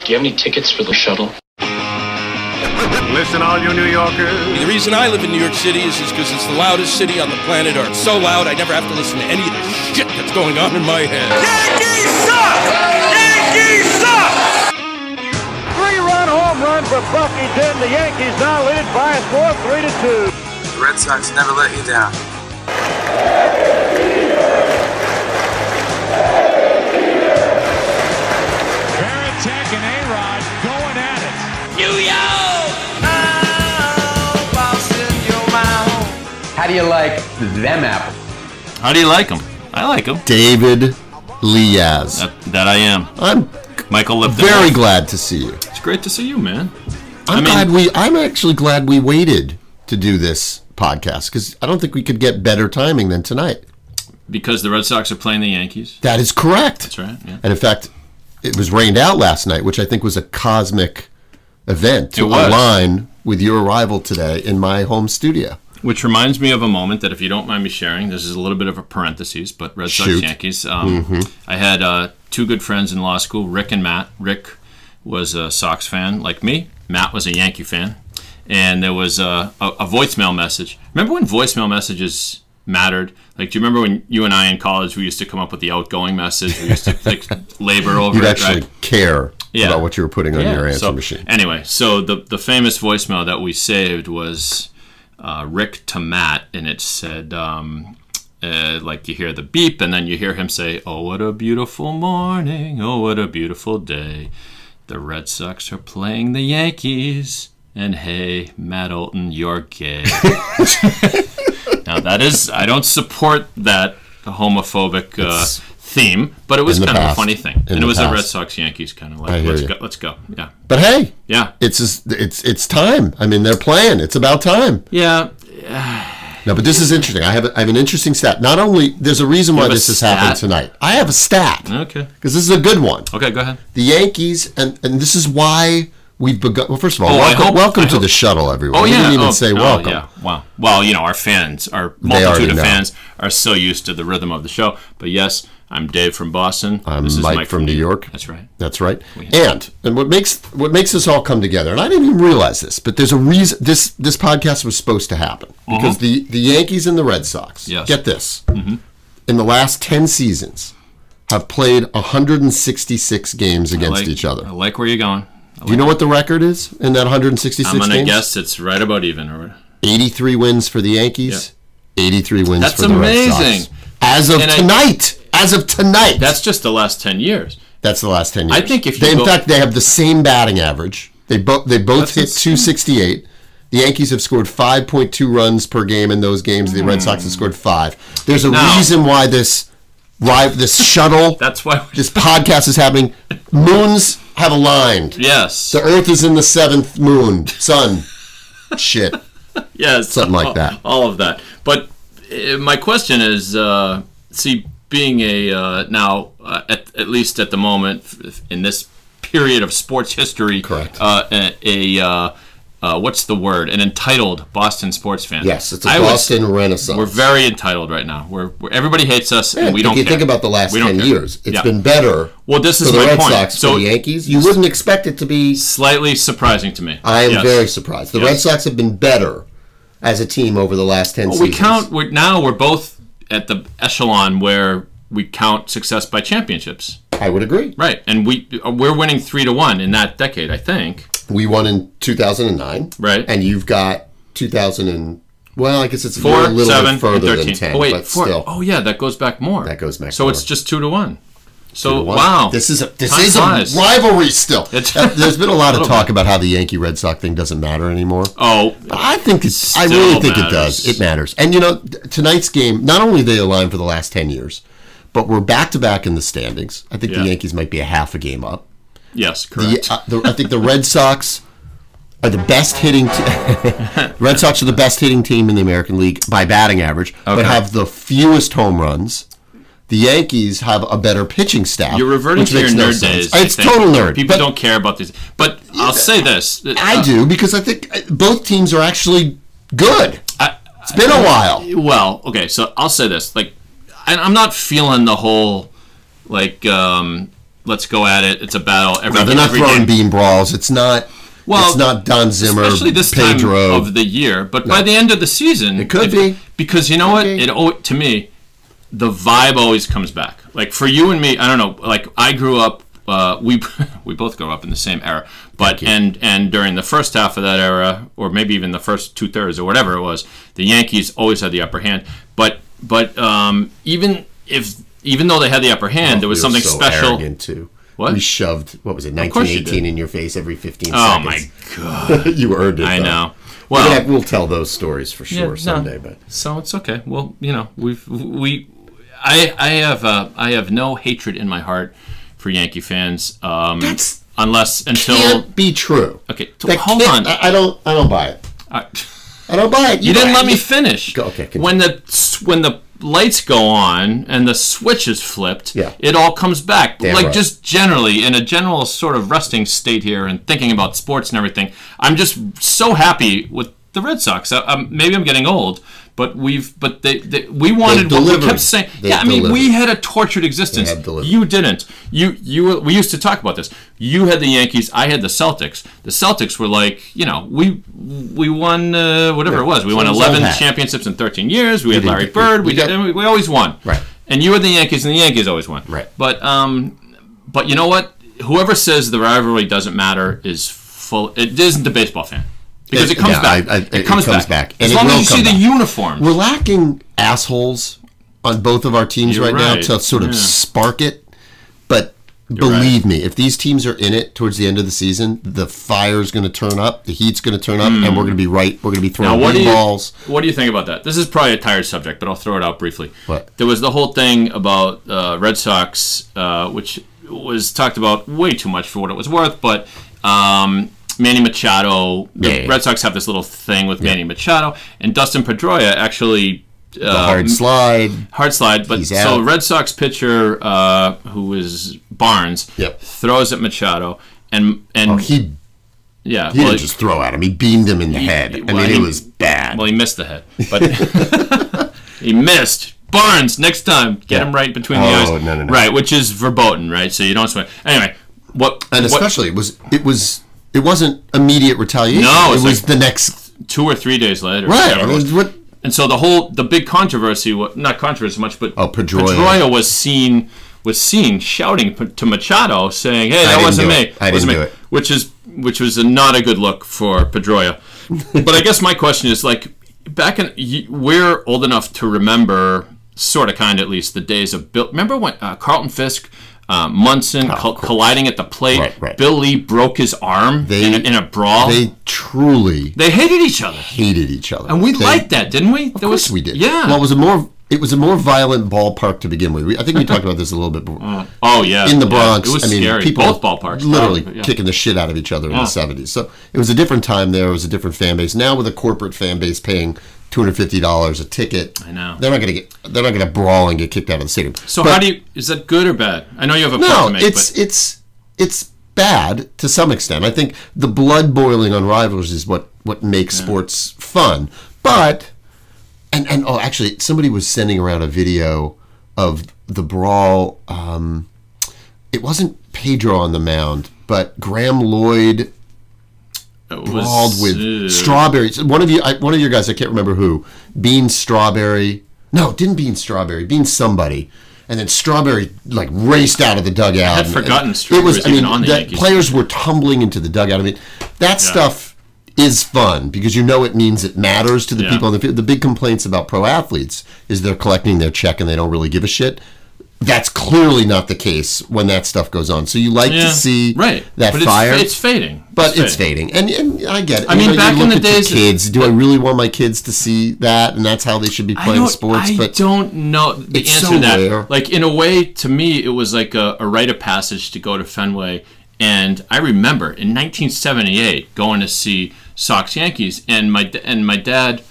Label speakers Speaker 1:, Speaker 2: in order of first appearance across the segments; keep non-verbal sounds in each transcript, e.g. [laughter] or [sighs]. Speaker 1: Do you have any tickets for the shuttle?
Speaker 2: Listen, all you New Yorkers.
Speaker 3: The reason I live in New York City is because it's the loudest city on the planet Earth. So loud, I never have to listen to any of the shit that's going on in my head.
Speaker 4: Yankees suck! Yankees suck!
Speaker 5: Three-run home run for Buffington. The Yankees now lead by a score of three to two.
Speaker 6: The Red Sox never let you down.
Speaker 7: Veritek and A-Rod going at it.
Speaker 8: How do you like them apples?
Speaker 9: How do you like him? I like him.
Speaker 10: David Liaz.
Speaker 9: That, that I am.
Speaker 10: I'm
Speaker 9: Michael Lipton.
Speaker 10: very glad to see you.
Speaker 9: It's great to see you, man.
Speaker 10: I'm
Speaker 9: I mean-
Speaker 10: glad we. I'm actually glad we waited to do this podcast because I don't think we could get better timing than tonight.
Speaker 9: Because the Red Sox are playing the Yankees.
Speaker 10: That is correct.
Speaker 9: That's right. Yeah.
Speaker 10: And in fact, it was rained out last night, which I think was a cosmic event to
Speaker 9: It was.
Speaker 10: align with your arrival today in my home studio.
Speaker 9: Which reminds me of a moment that, if you don't mind me sharing, this is a little bit of a parenthesis, but Red Sox
Speaker 10: Shoot.
Speaker 9: Yankees. Um, I had uh, two good friends in law school, Rick and Matt. Rick was a Sox fan like me. Matt was a Yankee fan, and there was uh, a, a voicemail message. Remember when voicemail messages mattered? Like, do you remember when you and I in college we used to come up with the outgoing message? We used to like [laughs] labor over
Speaker 10: You'd
Speaker 9: it,
Speaker 10: actually
Speaker 9: right?
Speaker 10: care
Speaker 9: Yeah.
Speaker 10: about what you were putting on your answer
Speaker 9: so,
Speaker 10: machine.
Speaker 9: Anyway, so the the famous voicemail that we saved was uh, Rick to Matt, and it said. Um, uh, like you hear the beep, and then you hear him say, "Oh, what a beautiful morning! Oh, what a beautiful day! The Red Sox are playing the Yankees, and hey, Matt Olton, you're
Speaker 10: [laughs]
Speaker 9: gay." now that is—I don't support that homophobic uh,
Speaker 10: It's-
Speaker 9: theme, but it was
Speaker 10: in the
Speaker 9: kind of a
Speaker 10: past.
Speaker 9: funny thing,
Speaker 10: In
Speaker 9: and it
Speaker 10: the
Speaker 9: was the
Speaker 10: past.
Speaker 9: Red Sox Yankees kind of
Speaker 10: I
Speaker 9: like,
Speaker 10: hear
Speaker 9: "Let's
Speaker 10: you.
Speaker 9: go, let's go, yeah."
Speaker 10: But hey,
Speaker 9: Yeah.
Speaker 10: it's just, it's it's time. I mean, they're playing. It's about time.
Speaker 9: Yeah.
Speaker 10: No, but this is interesting. I have a, I have an interesting stat. Not only there's a reason why
Speaker 9: have a
Speaker 10: this has happened
Speaker 9: stat? Hmm?
Speaker 10: tonight. I have a stat because
Speaker 9: Okay.
Speaker 10: this is a good one.
Speaker 9: Okay, go ahead.
Speaker 10: The Yankees and and this is why we've begun. Well, first of
Speaker 9: Oh,
Speaker 10: all,
Speaker 9: I
Speaker 10: welcome,
Speaker 9: hope-
Speaker 10: welcome
Speaker 9: I
Speaker 10: to
Speaker 9: hope-
Speaker 10: the shuttle, everyone. we didn't even say
Speaker 9: oh,
Speaker 10: welcome.
Speaker 9: Wow. Well, you know, our fans, our
Speaker 10: They already
Speaker 9: multitude of
Speaker 10: know.
Speaker 9: fans are so used to the rhythm of the show. But yes, I'm Dave from Boston.
Speaker 10: I'm
Speaker 9: this is
Speaker 10: Mike from New York.
Speaker 9: That's right.
Speaker 10: That's right. And and what makes what makes this all come together, and I didn't even realize this, but there's a reason this this podcast was supposed to happen because the the Yankees and the Red Sox.
Speaker 9: Mm-hmm. Yes. Mm-hmm.
Speaker 10: Get this. In the last ten seasons, have played 166 games
Speaker 9: I
Speaker 10: against
Speaker 9: like-
Speaker 10: each other.
Speaker 9: I like where you're going.
Speaker 10: Do you know what the record is in that 166
Speaker 9: I'm going to
Speaker 10: games?
Speaker 9: guess it's right about even. Or,
Speaker 10: 83 wins for the Yankees. 83 wins
Speaker 9: That's
Speaker 10: for the Red Sox.
Speaker 9: amazing.
Speaker 10: As of
Speaker 9: And I-
Speaker 10: tonight. as of tonight.
Speaker 9: that's just the last 10 years.
Speaker 10: That's the last ten years.
Speaker 9: I think if you
Speaker 10: they, in
Speaker 9: go-
Speaker 10: fact they have the same batting average. They both they both
Speaker 9: That's
Speaker 10: hit
Speaker 9: insane.
Speaker 10: two sixty eight. The Yankees have scored five point two runs per game in those games. The Red Sox have scored five. There's a
Speaker 9: Now-
Speaker 10: reason why this ri- this shuttle
Speaker 9: [laughs] That's why. we
Speaker 10: this podcast is happening. Moons have aligned.
Speaker 9: yes.
Speaker 10: The Earth is in the seventh moon. Sun. Shit.
Speaker 9: yes,
Speaker 10: Something like
Speaker 9: all- [laughs]
Speaker 10: that.
Speaker 9: All of that. But uh, my question is, uh, see, being a uh, now uh, at, at least at the moment f- in this period of sports history,
Speaker 10: Correct.
Speaker 9: Uh, a a, uh, uh, what's the word? An entitled Boston sports fan.
Speaker 10: Yes, it's a
Speaker 9: I would
Speaker 10: Boston
Speaker 9: s-
Speaker 10: Renaissance.
Speaker 9: We're very entitled right now. We're, we're everybody hates us,
Speaker 10: Yeah,
Speaker 9: and we
Speaker 10: if
Speaker 9: don't.
Speaker 10: you
Speaker 9: care.
Speaker 10: think about the last
Speaker 9: We don't
Speaker 10: ten
Speaker 9: care.
Speaker 10: years, it's
Speaker 9: Yeah.
Speaker 10: been better.
Speaker 9: Well, this is
Speaker 10: for the
Speaker 9: my
Speaker 10: Red
Speaker 9: point.
Speaker 10: Sox,
Speaker 9: So-
Speaker 10: for the Yankees. You wouldn't expect it to be
Speaker 9: slightly surprising to me.
Speaker 10: I am
Speaker 9: Yes.
Speaker 10: very surprised. The
Speaker 9: Yes.
Speaker 10: Red Sox have been better as a team over the last ten
Speaker 9: Well, we
Speaker 10: seasons.
Speaker 9: count. We're, now we're both at the echelon where we count success by championships.
Speaker 10: I would agree.
Speaker 9: Right, and we uh, we're winning three to one in that decade, I think.
Speaker 10: We won in 2009,
Speaker 9: Right.
Speaker 10: And you've got 2000 and well, I guess it's
Speaker 9: Four,
Speaker 10: a little
Speaker 9: seven,
Speaker 10: bit further
Speaker 9: and thirteen.
Speaker 10: than 10,
Speaker 9: oh wait,
Speaker 10: but
Speaker 9: four.
Speaker 10: still.
Speaker 9: Oh yeah, that goes back more.
Speaker 10: That goes back
Speaker 9: So it's
Speaker 10: more.
Speaker 9: just two to one. So
Speaker 10: Wow.
Speaker 9: wow,
Speaker 10: This is a this
Speaker 9: Time
Speaker 10: is
Speaker 9: flies.
Speaker 10: a rivalry still.
Speaker 9: It's- [laughs]
Speaker 10: Uh, There's been a lot of
Speaker 9: Little
Speaker 10: talk about how the Yankee Red Sox thing doesn't matter anymore.
Speaker 9: Oh,
Speaker 10: I think it's. I
Speaker 9: Still
Speaker 10: really think it
Speaker 9: matters.
Speaker 10: does. It matters. And you know, th- tonight's game. Not only they align for the last ten years, but we're back to back in the standings. I think
Speaker 9: Yeah.
Speaker 10: the Yankees might be a half a game up.
Speaker 9: yes,
Speaker 10: The,
Speaker 9: correct.
Speaker 10: uh, the, I think the Red Sox are the best hitting. T- [laughs] Red Sox are the best hitting team in the American League by batting average, but
Speaker 9: Okay.
Speaker 10: have the fewest home runs. The Yankees have a better pitching staff.
Speaker 9: You're reverting
Speaker 10: which
Speaker 9: to your
Speaker 10: makes no
Speaker 9: nerd
Speaker 10: sense.
Speaker 9: days. I
Speaker 10: It's
Speaker 9: think.
Speaker 10: total nerd.
Speaker 9: People
Speaker 10: but
Speaker 9: don't care about these. But I'll say this: uh,
Speaker 10: I do because I think uh, both teams are actually good. it's been a while.
Speaker 9: Well, okay, so I'll say this. Like, I, I'm not feeling the whole, like, um, let's go at it. It's a battle. Every,
Speaker 10: No, they're not
Speaker 9: every
Speaker 10: throwing
Speaker 9: game.
Speaker 10: beam brawls. It's not.
Speaker 9: Well,
Speaker 10: it's not Don Zimmer,
Speaker 9: especially this
Speaker 10: Pedro.
Speaker 9: time of the year. But by the end of the season, it
Speaker 10: could be.
Speaker 9: because you know what?
Speaker 10: be.
Speaker 9: It al- to me, the vibe always comes back. Like for you and me, I don't know. Like I grew up. Uh, we [laughs] we both grew up in the same era, but and and during the first half of that era, or maybe even the first two thirds or whatever it was, the Yankees always had the upper hand. But but um, even if even though they had the upper hand,
Speaker 10: Oh,
Speaker 9: there was
Speaker 1: We were
Speaker 9: something
Speaker 1: so
Speaker 9: special.
Speaker 1: Arrogant too.
Speaker 9: What?
Speaker 1: We shoved what was it,
Speaker 9: course you did.
Speaker 1: 1918 in your face every 15
Speaker 9: Oh my
Speaker 1: seconds.
Speaker 9: god!
Speaker 1: my!
Speaker 10: [laughs]
Speaker 1: you earned it.
Speaker 9: I
Speaker 1: though.
Speaker 9: know.
Speaker 1: We're
Speaker 9: Well,
Speaker 1: gonna have- we'll tell those stories for sure
Speaker 9: no.
Speaker 1: someday. But
Speaker 9: So it's okay. Well, you know, we've we, I I have uh, I have no hatred in my heart for Yankee fans. Um,
Speaker 1: That's-
Speaker 9: unless until
Speaker 1: can't be true.
Speaker 9: okay. t-
Speaker 1: That
Speaker 9: hold on.
Speaker 1: can't- I, I don't. I don't buy it.
Speaker 9: I-
Speaker 1: I don't buy it.
Speaker 9: you didn't
Speaker 1: buy
Speaker 9: let
Speaker 1: it.
Speaker 9: me finish.
Speaker 1: Go- okay, continue.
Speaker 9: When the s- when the lights go on and the switch is flipped,
Speaker 1: Yeah.
Speaker 9: it all comes back.
Speaker 1: Damn
Speaker 9: like
Speaker 1: right.
Speaker 9: just generally in a general sort of resting state here and thinking about sports and everything. I'm just so happy with the Red Sox. I, um, maybe I'm getting old, but we've but they, they we wanted what we
Speaker 1: delivered.
Speaker 9: kept saying.
Speaker 1: They
Speaker 9: yeah, I mean we
Speaker 1: delivered.
Speaker 9: had a tortured existence.
Speaker 1: They have delivered.
Speaker 9: You didn't. You you were, we used to talk about this. You had the Yankees. I had the Celtics. The Celtics were like you know we we won uh, whatever it was. We won
Speaker 1: it was all
Speaker 9: eleven
Speaker 1: hat.
Speaker 9: championships in thirteen years. We had
Speaker 1: didn't
Speaker 9: Larry
Speaker 1: get-
Speaker 9: Bird. We
Speaker 1: we
Speaker 9: did-
Speaker 1: got-
Speaker 9: and we, we always won.
Speaker 1: Right.
Speaker 9: And you had the Yankees, and the Yankees always won.
Speaker 1: Right.
Speaker 9: But um, but you know what? Whoever says the rivalry doesn't matter is full. It isn't a baseball fan because it,
Speaker 1: It-
Speaker 9: comes
Speaker 1: yeah,
Speaker 9: back.
Speaker 1: I- I-
Speaker 9: it,
Speaker 1: it
Speaker 9: comes
Speaker 1: comes
Speaker 9: back.
Speaker 1: back, and
Speaker 9: As
Speaker 1: it
Speaker 9: long as
Speaker 1: will
Speaker 9: you see
Speaker 1: come
Speaker 9: the
Speaker 1: back.
Speaker 9: uniform.
Speaker 10: We're lacking assholes on both of our teams
Speaker 9: You're
Speaker 10: right,
Speaker 9: right.
Speaker 10: now to sort of
Speaker 9: Yeah.
Speaker 10: spark it. But
Speaker 9: right.
Speaker 10: believe me, if these teams are in it towards the end of the season, the fire's going to turn up, the heat's going to turn up, and we're going to be right. We're going to be
Speaker 9: Hmm. Now,
Speaker 10: throwing
Speaker 9: what do
Speaker 10: beam
Speaker 9: you
Speaker 10: balls.
Speaker 9: what do you think about that? This is probably a tired subject, but I'll throw it out briefly.
Speaker 10: What?
Speaker 9: There was the whole thing about uh, Red Sox, uh, which was talked about way too much for what it was worth, but. Um, Manny Machado. The
Speaker 1: Yeah, yeah, yeah.
Speaker 9: Red Sox have this little thing with Manny Machado, and Dustin Pedroia actually
Speaker 10: The hard slide.
Speaker 9: hard slide. But
Speaker 10: He's
Speaker 9: so
Speaker 10: out.
Speaker 9: Red Sox pitcher uh, who is Barnes
Speaker 10: Yep.
Speaker 9: throws at Machado, and and
Speaker 10: Oh, he
Speaker 9: yeah,
Speaker 10: he
Speaker 9: well,
Speaker 10: didn't just throw at him. He beamed him in the head. I
Speaker 9: well,
Speaker 10: mean,
Speaker 9: he-
Speaker 10: it was bad.
Speaker 9: Well, he missed the head, but [laughs] he missed. Barnes, next time, get him right between the
Speaker 1: Oh,
Speaker 9: eyes.
Speaker 1: no, no, no.
Speaker 9: Right, which is verboten, right? So you don't swing. Anyway, what?
Speaker 10: and
Speaker 9: what-
Speaker 10: especially it was it was it wasn't immediate retaliation.
Speaker 9: No,
Speaker 10: it
Speaker 9: it's
Speaker 10: was
Speaker 9: like-
Speaker 10: the next
Speaker 9: two or three days later.
Speaker 10: right.
Speaker 9: whatever
Speaker 10: I
Speaker 9: it was.
Speaker 10: mean, what
Speaker 9: And so the whole the big controversy, wa- not controversy much, but
Speaker 10: Oh, Pedroia.
Speaker 9: was seen was seen shouting p- to Machado, saying, "Hey, that
Speaker 10: didn't
Speaker 9: wasn't
Speaker 10: do
Speaker 9: me.
Speaker 10: it. I
Speaker 9: wasn't
Speaker 10: didn't
Speaker 9: me,"
Speaker 10: do it.
Speaker 9: Which is which was a, not a good look for
Speaker 10: [laughs]
Speaker 9: Pedroia. but I guess my question is like back in y- we're old enough to remember, sort of kind at least, the days of Bill. Remember when uh, Carlton Fisk. Uh, Munson col- colliding at the plate.
Speaker 1: Right, right.
Speaker 9: Bill Lee broke his arm
Speaker 10: They-
Speaker 9: in, a, in a brawl.
Speaker 10: they truly
Speaker 9: they hated each other.
Speaker 10: hated each other.
Speaker 9: And we
Speaker 10: They-
Speaker 9: liked that, didn't we?
Speaker 10: Of course we did.
Speaker 9: Yeah.
Speaker 10: Well, it was a more it was a more violent ballpark to begin with. We, I think we talked about this a little bit before.
Speaker 9: oh yeah.
Speaker 10: In the
Speaker 9: yeah.
Speaker 10: Bronx,
Speaker 9: It was
Speaker 10: I mean,
Speaker 9: scary.
Speaker 10: people
Speaker 9: Both ballparks,
Speaker 10: literally
Speaker 9: probably, yeah.
Speaker 10: kicking the shit out of each other in
Speaker 9: Yeah.
Speaker 10: the seventies. So it was a different time there. It was a different fan base. Now with a corporate fan base paying two hundred fifty dollars a ticket, I
Speaker 9: know.
Speaker 10: they're not going to get they're not going to brawl and get kicked out of the stadium.
Speaker 9: So
Speaker 10: But-
Speaker 9: how do you? Is that good or bad? I know you have a point
Speaker 10: No,
Speaker 9: to make,
Speaker 10: it's
Speaker 9: but
Speaker 10: it's it's bad to some extent. I think the blood boiling on rivals is what what makes sports fun. But and and oh, actually, somebody was sending around a video of the brawl. Um, it wasn't Pedro on the mound, but Graham Lloyd
Speaker 9: it was,
Speaker 10: brawled with
Speaker 9: uh,
Speaker 10: strawberries. One of you, I, one of your guys, I can't remember who, bean strawberry. No, it didn't bean strawberry. Bean somebody. And then Strawberry like raced out of the dugout. I
Speaker 9: had forgotten Strawberry was even on the Yankees.
Speaker 10: players were tumbling into the dugout. I mean, that stuff is fun because you know it means it matters to the
Speaker 9: Yeah.
Speaker 10: people on the field. The big complaints about pro athletes is they're collecting their check and they don't really give a shit. That's clearly not the case when that stuff goes on. So you like
Speaker 9: yeah.
Speaker 10: to see
Speaker 9: right
Speaker 10: that
Speaker 9: but
Speaker 10: fire.
Speaker 9: It's, it's fading.
Speaker 10: But it's fading, and, and I get it.
Speaker 9: I mean,
Speaker 10: you
Speaker 9: back
Speaker 10: you
Speaker 9: in
Speaker 10: look
Speaker 9: the
Speaker 10: at your
Speaker 9: days-
Speaker 10: kids. Do I really want my kids to see that? And that's how they should be
Speaker 9: I
Speaker 10: playing
Speaker 9: don't,
Speaker 10: sports.
Speaker 9: I
Speaker 10: but
Speaker 9: don't know the
Speaker 10: It's
Speaker 9: answer
Speaker 10: so
Speaker 9: to that.
Speaker 10: rare.
Speaker 9: Like in a way, to me, it was like a, a rite of passage to go to Fenway. And I remember in 1978 going to see Sox Yankees, and my da- and my dad,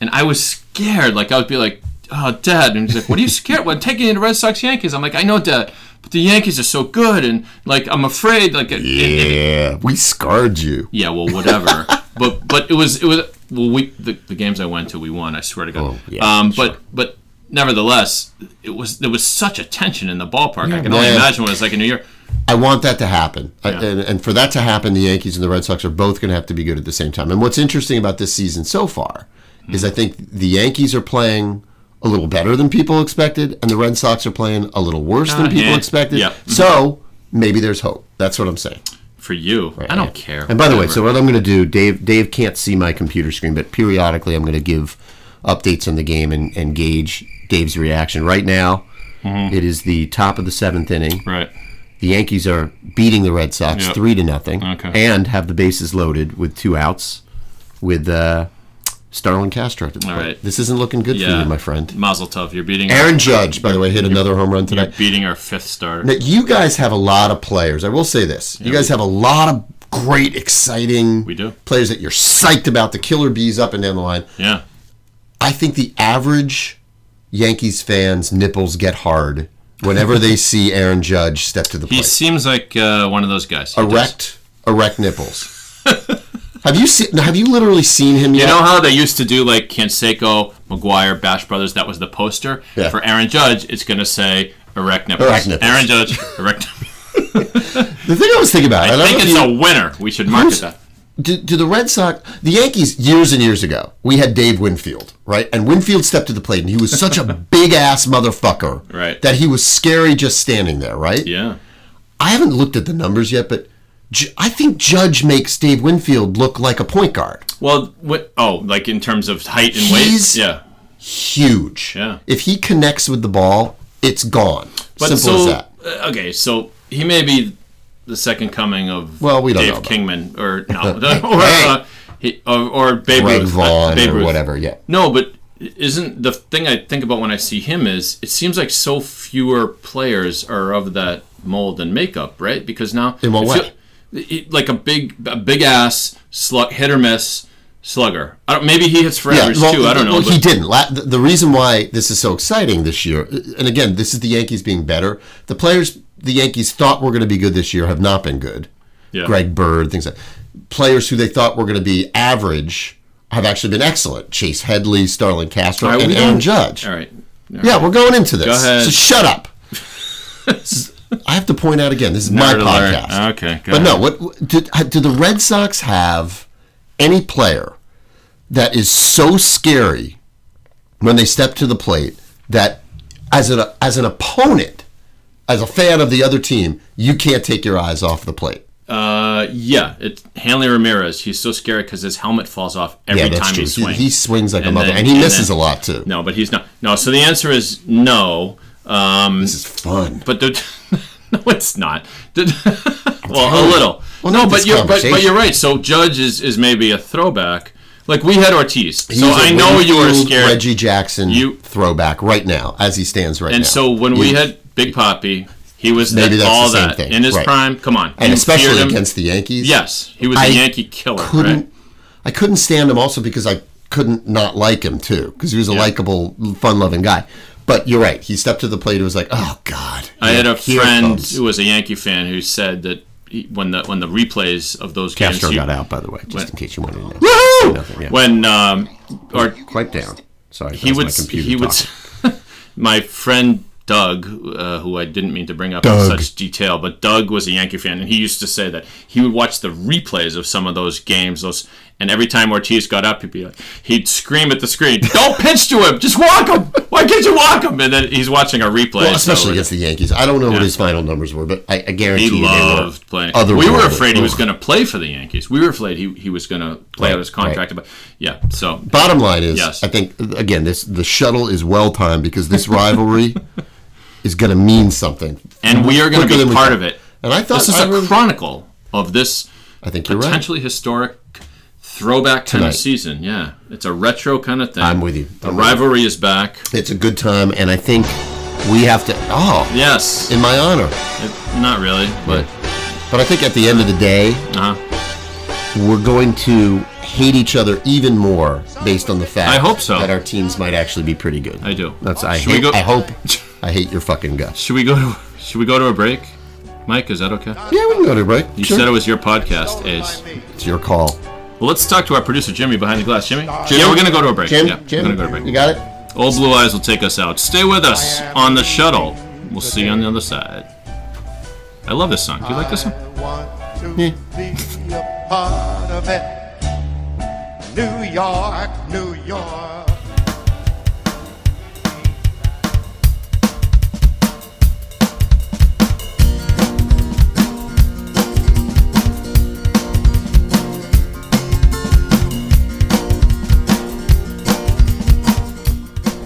Speaker 9: and I was scared. Like I would be like, "Oh, Dad," and he's like, "What are you scared? Well, I'm taking you to Red Sox Yankees." I'm like, "I know, Dad." But the Yankees are so good, and like I'm afraid, like it- it- it-
Speaker 10: yeah, we scarred you.
Speaker 9: yeah, well, whatever.
Speaker 10: [laughs]
Speaker 9: but but it was it was well we the, the games I went to we won. I swear to God.
Speaker 10: Oh, yeah,
Speaker 9: um, but but nevertheless, it was there was such a tension in the ballpark. I can only
Speaker 10: Yeah.
Speaker 9: imagine what it's like in New York.
Speaker 10: I want that to happen. I-
Speaker 9: Yeah.
Speaker 10: and, and for that to happen, the Yankees and the Red Sox are both going to have to be good at the same time. And what's interesting about this season so far is
Speaker 9: Hmm.
Speaker 10: I think the Yankees are playing a little better than people expected, and the Red Sox are playing a little worse than
Speaker 9: Uh,
Speaker 10: people
Speaker 9: yeah.
Speaker 10: expected.
Speaker 9: Yeah.
Speaker 10: So maybe there's hope. That's what I'm saying.
Speaker 9: for you. I don't care.
Speaker 10: And by the way,
Speaker 9: Whatever.
Speaker 10: so what I'm going to do, Dave Dave can't see my computer screen, but periodically I'm going to give updates on the game and, and gauge Dave's reaction. Right now,
Speaker 9: Mm-hmm.
Speaker 10: it is the top of the seventh inning.
Speaker 9: right,
Speaker 10: The Yankees are beating the Red Sox
Speaker 9: Yep.
Speaker 10: three to nothing,
Speaker 9: Okay.
Speaker 10: and have the bases loaded with two outs, with uh, Starlin Castro. At the plate.
Speaker 9: right.
Speaker 10: This isn't looking good for
Speaker 9: yeah,
Speaker 10: you, my friend.
Speaker 9: Mazel tov. You're beating
Speaker 10: Aaron Judge, by the way, hit another home run
Speaker 9: You're
Speaker 10: tonight.
Speaker 9: beating our fifth starter.
Speaker 10: Now, you guys have a lot of players. I will say this: you guys have a lot of great, exciting
Speaker 9: We do.
Speaker 10: players that you're psyched about. The killer bees up and down the line.
Speaker 9: yeah,
Speaker 10: I think the average Yankees fans' nipples get hard
Speaker 9: [laughs]
Speaker 10: whenever they see Aaron Judge step to the
Speaker 9: he
Speaker 10: plate.
Speaker 9: seems like uh, one of those guys. He does.
Speaker 10: erect,
Speaker 9: [laughs]
Speaker 10: erect nipples. have you seen? Have you literally seen him
Speaker 9: You
Speaker 10: yet?
Speaker 9: know how they used to do like Canseco, McGuire, Bash Brothers. That was the poster.
Speaker 10: Yeah.
Speaker 9: For Aaron Judge, it's gonna say erect nipples.
Speaker 10: Erect nipples.
Speaker 9: Aaron Judge,
Speaker 10: [laughs]
Speaker 9: erect. nipples.
Speaker 10: the thing I was thinking about. and
Speaker 9: I think
Speaker 10: don't know
Speaker 9: it's
Speaker 10: if you-
Speaker 9: a winner. We should market
Speaker 10: Who's-
Speaker 9: that.
Speaker 10: do, do the Red Sox, the Yankees, years and years ago, we had Dave Winfield, right? And Winfield stepped to the plate, and he
Speaker 9: [laughs]
Speaker 10: was such a big ass motherfucker,
Speaker 9: Right.
Speaker 10: That he was scary just standing there, right?
Speaker 9: Yeah.
Speaker 10: I haven't looked at the numbers yet, but Ju- I think Judge makes Dave Winfield look like a point guard.
Speaker 9: Well, what? Oh, like in terms of height and
Speaker 10: He's-
Speaker 9: weight. Yeah.
Speaker 10: Huge.
Speaker 9: Yeah.
Speaker 10: If he connects with the ball, it's gone. Simple
Speaker 9: so,
Speaker 10: as that.
Speaker 9: uh, Okay, so he may be the second coming of
Speaker 10: Well, we don't
Speaker 9: Dave
Speaker 10: know about-
Speaker 9: Kingman or no,
Speaker 10: [laughs]
Speaker 9: [laughs] or, uh, he, or, or Babe
Speaker 10: Greg
Speaker 9: Ruth, uh,
Speaker 10: Vaughn
Speaker 9: Babe
Speaker 10: or
Speaker 9: Ruth.
Speaker 10: whatever, yeah.
Speaker 9: No, but isn't the thing I think about when I see him is it seems like so fewer players are of that mold and makeup, right? Because now
Speaker 10: In what
Speaker 9: it
Speaker 10: way?
Speaker 9: feel- it- like a big, a big ass slug, hit or miss slugger. I don't, maybe he hits for average
Speaker 10: well,
Speaker 9: too. I don't know.
Speaker 10: well, he
Speaker 9: but-
Speaker 10: didn't. La- the- The reason why this is so exciting this year, uh, and again, this is the Yankees being better. The players the Yankees thought were going to be good this year have not been good.
Speaker 9: Yeah.
Speaker 10: Greg Bird, things like players who they thought were going to be average have actually been excellent. Chase Headley, Starlin Castro,
Speaker 9: All right,
Speaker 10: and
Speaker 9: we
Speaker 10: Aaron
Speaker 9: don't-
Speaker 10: Judge.
Speaker 9: All right. All
Speaker 10: Yeah, we're going into this.
Speaker 9: Go ahead.
Speaker 10: So
Speaker 9: [laughs]
Speaker 10: shut up. This is- I have to point out again. This is my
Speaker 9: Nerd alert.
Speaker 10: podcast.
Speaker 9: Okay. go
Speaker 10: But no,
Speaker 9: ahead.
Speaker 10: what what- do, do the Red Sox have any player that is so scary when they step to the plate that as an as an opponent, as a fan of the other team, you can't take your eyes off the plate.
Speaker 9: Uh, yeah, it's Hanley Ramirez. He's so scary because his helmet falls off every
Speaker 10: yeah, that's
Speaker 9: time
Speaker 10: true.
Speaker 9: he
Speaker 10: He-
Speaker 9: swings.
Speaker 10: He, swings like a mother,
Speaker 9: then-
Speaker 10: and he misses
Speaker 9: then-
Speaker 10: a lot too.
Speaker 9: No, but he's not. No, so the answer is no. Um,
Speaker 10: This is fun.
Speaker 9: but the [laughs] no, it's not. The- [laughs] well, a little.
Speaker 10: Well,
Speaker 9: no,
Speaker 10: not
Speaker 9: but
Speaker 10: this
Speaker 9: you're but, but
Speaker 10: conversation.
Speaker 9: you're right. So Judge is is maybe a throwback. Like we had Ortiz. so
Speaker 10: He's a
Speaker 9: I know you were
Speaker 10: Winfield,
Speaker 9: scared.
Speaker 10: Reggie Jackson
Speaker 9: You-
Speaker 10: throwback right now as he stands right now.
Speaker 9: and so when we
Speaker 10: You-
Speaker 9: had Big Poppy, he was that-
Speaker 10: Maybe that's
Speaker 9: all
Speaker 10: the same
Speaker 9: that
Speaker 10: thing,
Speaker 9: in his
Speaker 10: right.
Speaker 9: prime. Come on,
Speaker 10: and
Speaker 9: You
Speaker 10: especially
Speaker 9: feared him.
Speaker 10: against the Yankees.
Speaker 9: yes, he was
Speaker 10: I
Speaker 9: a Yankee killer.
Speaker 10: couldn't
Speaker 9: right?
Speaker 10: I couldn't stand him also because I couldn't not like him too because he was a likable, fun-loving guy. But you're right. He stepped to the plate. It was like, oh god.
Speaker 9: I had
Speaker 10: here-
Speaker 9: a
Speaker 10: here it
Speaker 9: friend
Speaker 10: comes.
Speaker 9: who was a Yankee fan who said that he, when the when the replays of those games
Speaker 10: Castro
Speaker 9: he-
Speaker 10: got out, by the way, just
Speaker 9: What?
Speaker 10: in case you wanted to know.
Speaker 9: Woohoo!
Speaker 10: Nothing, yeah.
Speaker 9: When um, or
Speaker 10: Quite down. Sorry, that
Speaker 9: he
Speaker 10: was
Speaker 9: would
Speaker 10: my
Speaker 9: s-
Speaker 10: computer
Speaker 9: he would
Speaker 10: talking.
Speaker 9: s- [laughs] my friend Doug, uh, who I didn't mean to bring up in
Speaker 10: Doug.
Speaker 9: such detail, but Doug was a Yankee fan, and he used to say that he would watch the replays of some of those games. Those and every time Ortiz got up, he'd be like, he'd scream at the screen, [laughs] "Don't pitch to him! Just walk him! Why can't you walk him?" And then he's watching a replay,
Speaker 10: Well,
Speaker 9: so-
Speaker 10: especially against the Yankees. I don't know what his final numbers were, but I, I guarantee
Speaker 9: He
Speaker 10: you they were
Speaker 9: loved playing.
Speaker 10: otherworldly.
Speaker 9: we were afraid he was
Speaker 10: Ugh.
Speaker 9: going to play for the Yankees. We were afraid he, he was going to play out his
Speaker 10: Right, right.
Speaker 9: contract. But yeah, so
Speaker 10: Bottom line is,
Speaker 9: Yes.
Speaker 10: I think again, this the shuttle is well timed because this rivalry
Speaker 9: [laughs]
Speaker 10: is going to mean something,
Speaker 9: and we are going
Speaker 10: Quicker
Speaker 9: to
Speaker 10: than
Speaker 9: be
Speaker 10: we
Speaker 9: part
Speaker 10: thought.
Speaker 9: of it.
Speaker 10: And I thought
Speaker 9: This is
Speaker 10: I
Speaker 9: a
Speaker 10: really-
Speaker 9: chronicle of this
Speaker 10: I think you're right.
Speaker 9: potentially historic throwback kind
Speaker 10: Tonight.
Speaker 9: of season. Yeah, it's a retro kind of thing.
Speaker 10: I'm with you.
Speaker 9: The
Speaker 10: I'm with you.
Speaker 9: rivalry is back.
Speaker 10: It's a good time, and I think we have to. Oh,
Speaker 9: Yes,
Speaker 10: in my honor.
Speaker 9: It- not really, but
Speaker 10: But I think at the end of the day,
Speaker 9: uh,
Speaker 10: we're going to hate each other even more based on the fact
Speaker 9: I hope so.
Speaker 10: that our teams might actually be pretty good.
Speaker 9: I do.
Speaker 10: That's I
Speaker 9: Should we
Speaker 10: hate,
Speaker 9: go-
Speaker 10: I hope. I hate your fucking guts.
Speaker 9: should we go to should we go to a break? Mike, is that okay?
Speaker 10: Yeah, we can go to break.
Speaker 9: You
Speaker 10: sure.
Speaker 9: said it was your podcast, Ace.
Speaker 10: it's your call.
Speaker 9: Well, let's talk to our producer Jimmy behind the glass. Jimmy,
Speaker 10: Jimmy?
Speaker 9: yeah, we're gonna go to a break.
Speaker 10: Jim,
Speaker 9: yeah,
Speaker 10: Jim,
Speaker 9: we're gonna go to a break.
Speaker 10: you got it.
Speaker 9: Old Blue Eyes will take us out. Stay with us on the shuttle. We'll see you on the other side. I love this song. Do you like this one?
Speaker 2: want to be a part of it. New York, New York.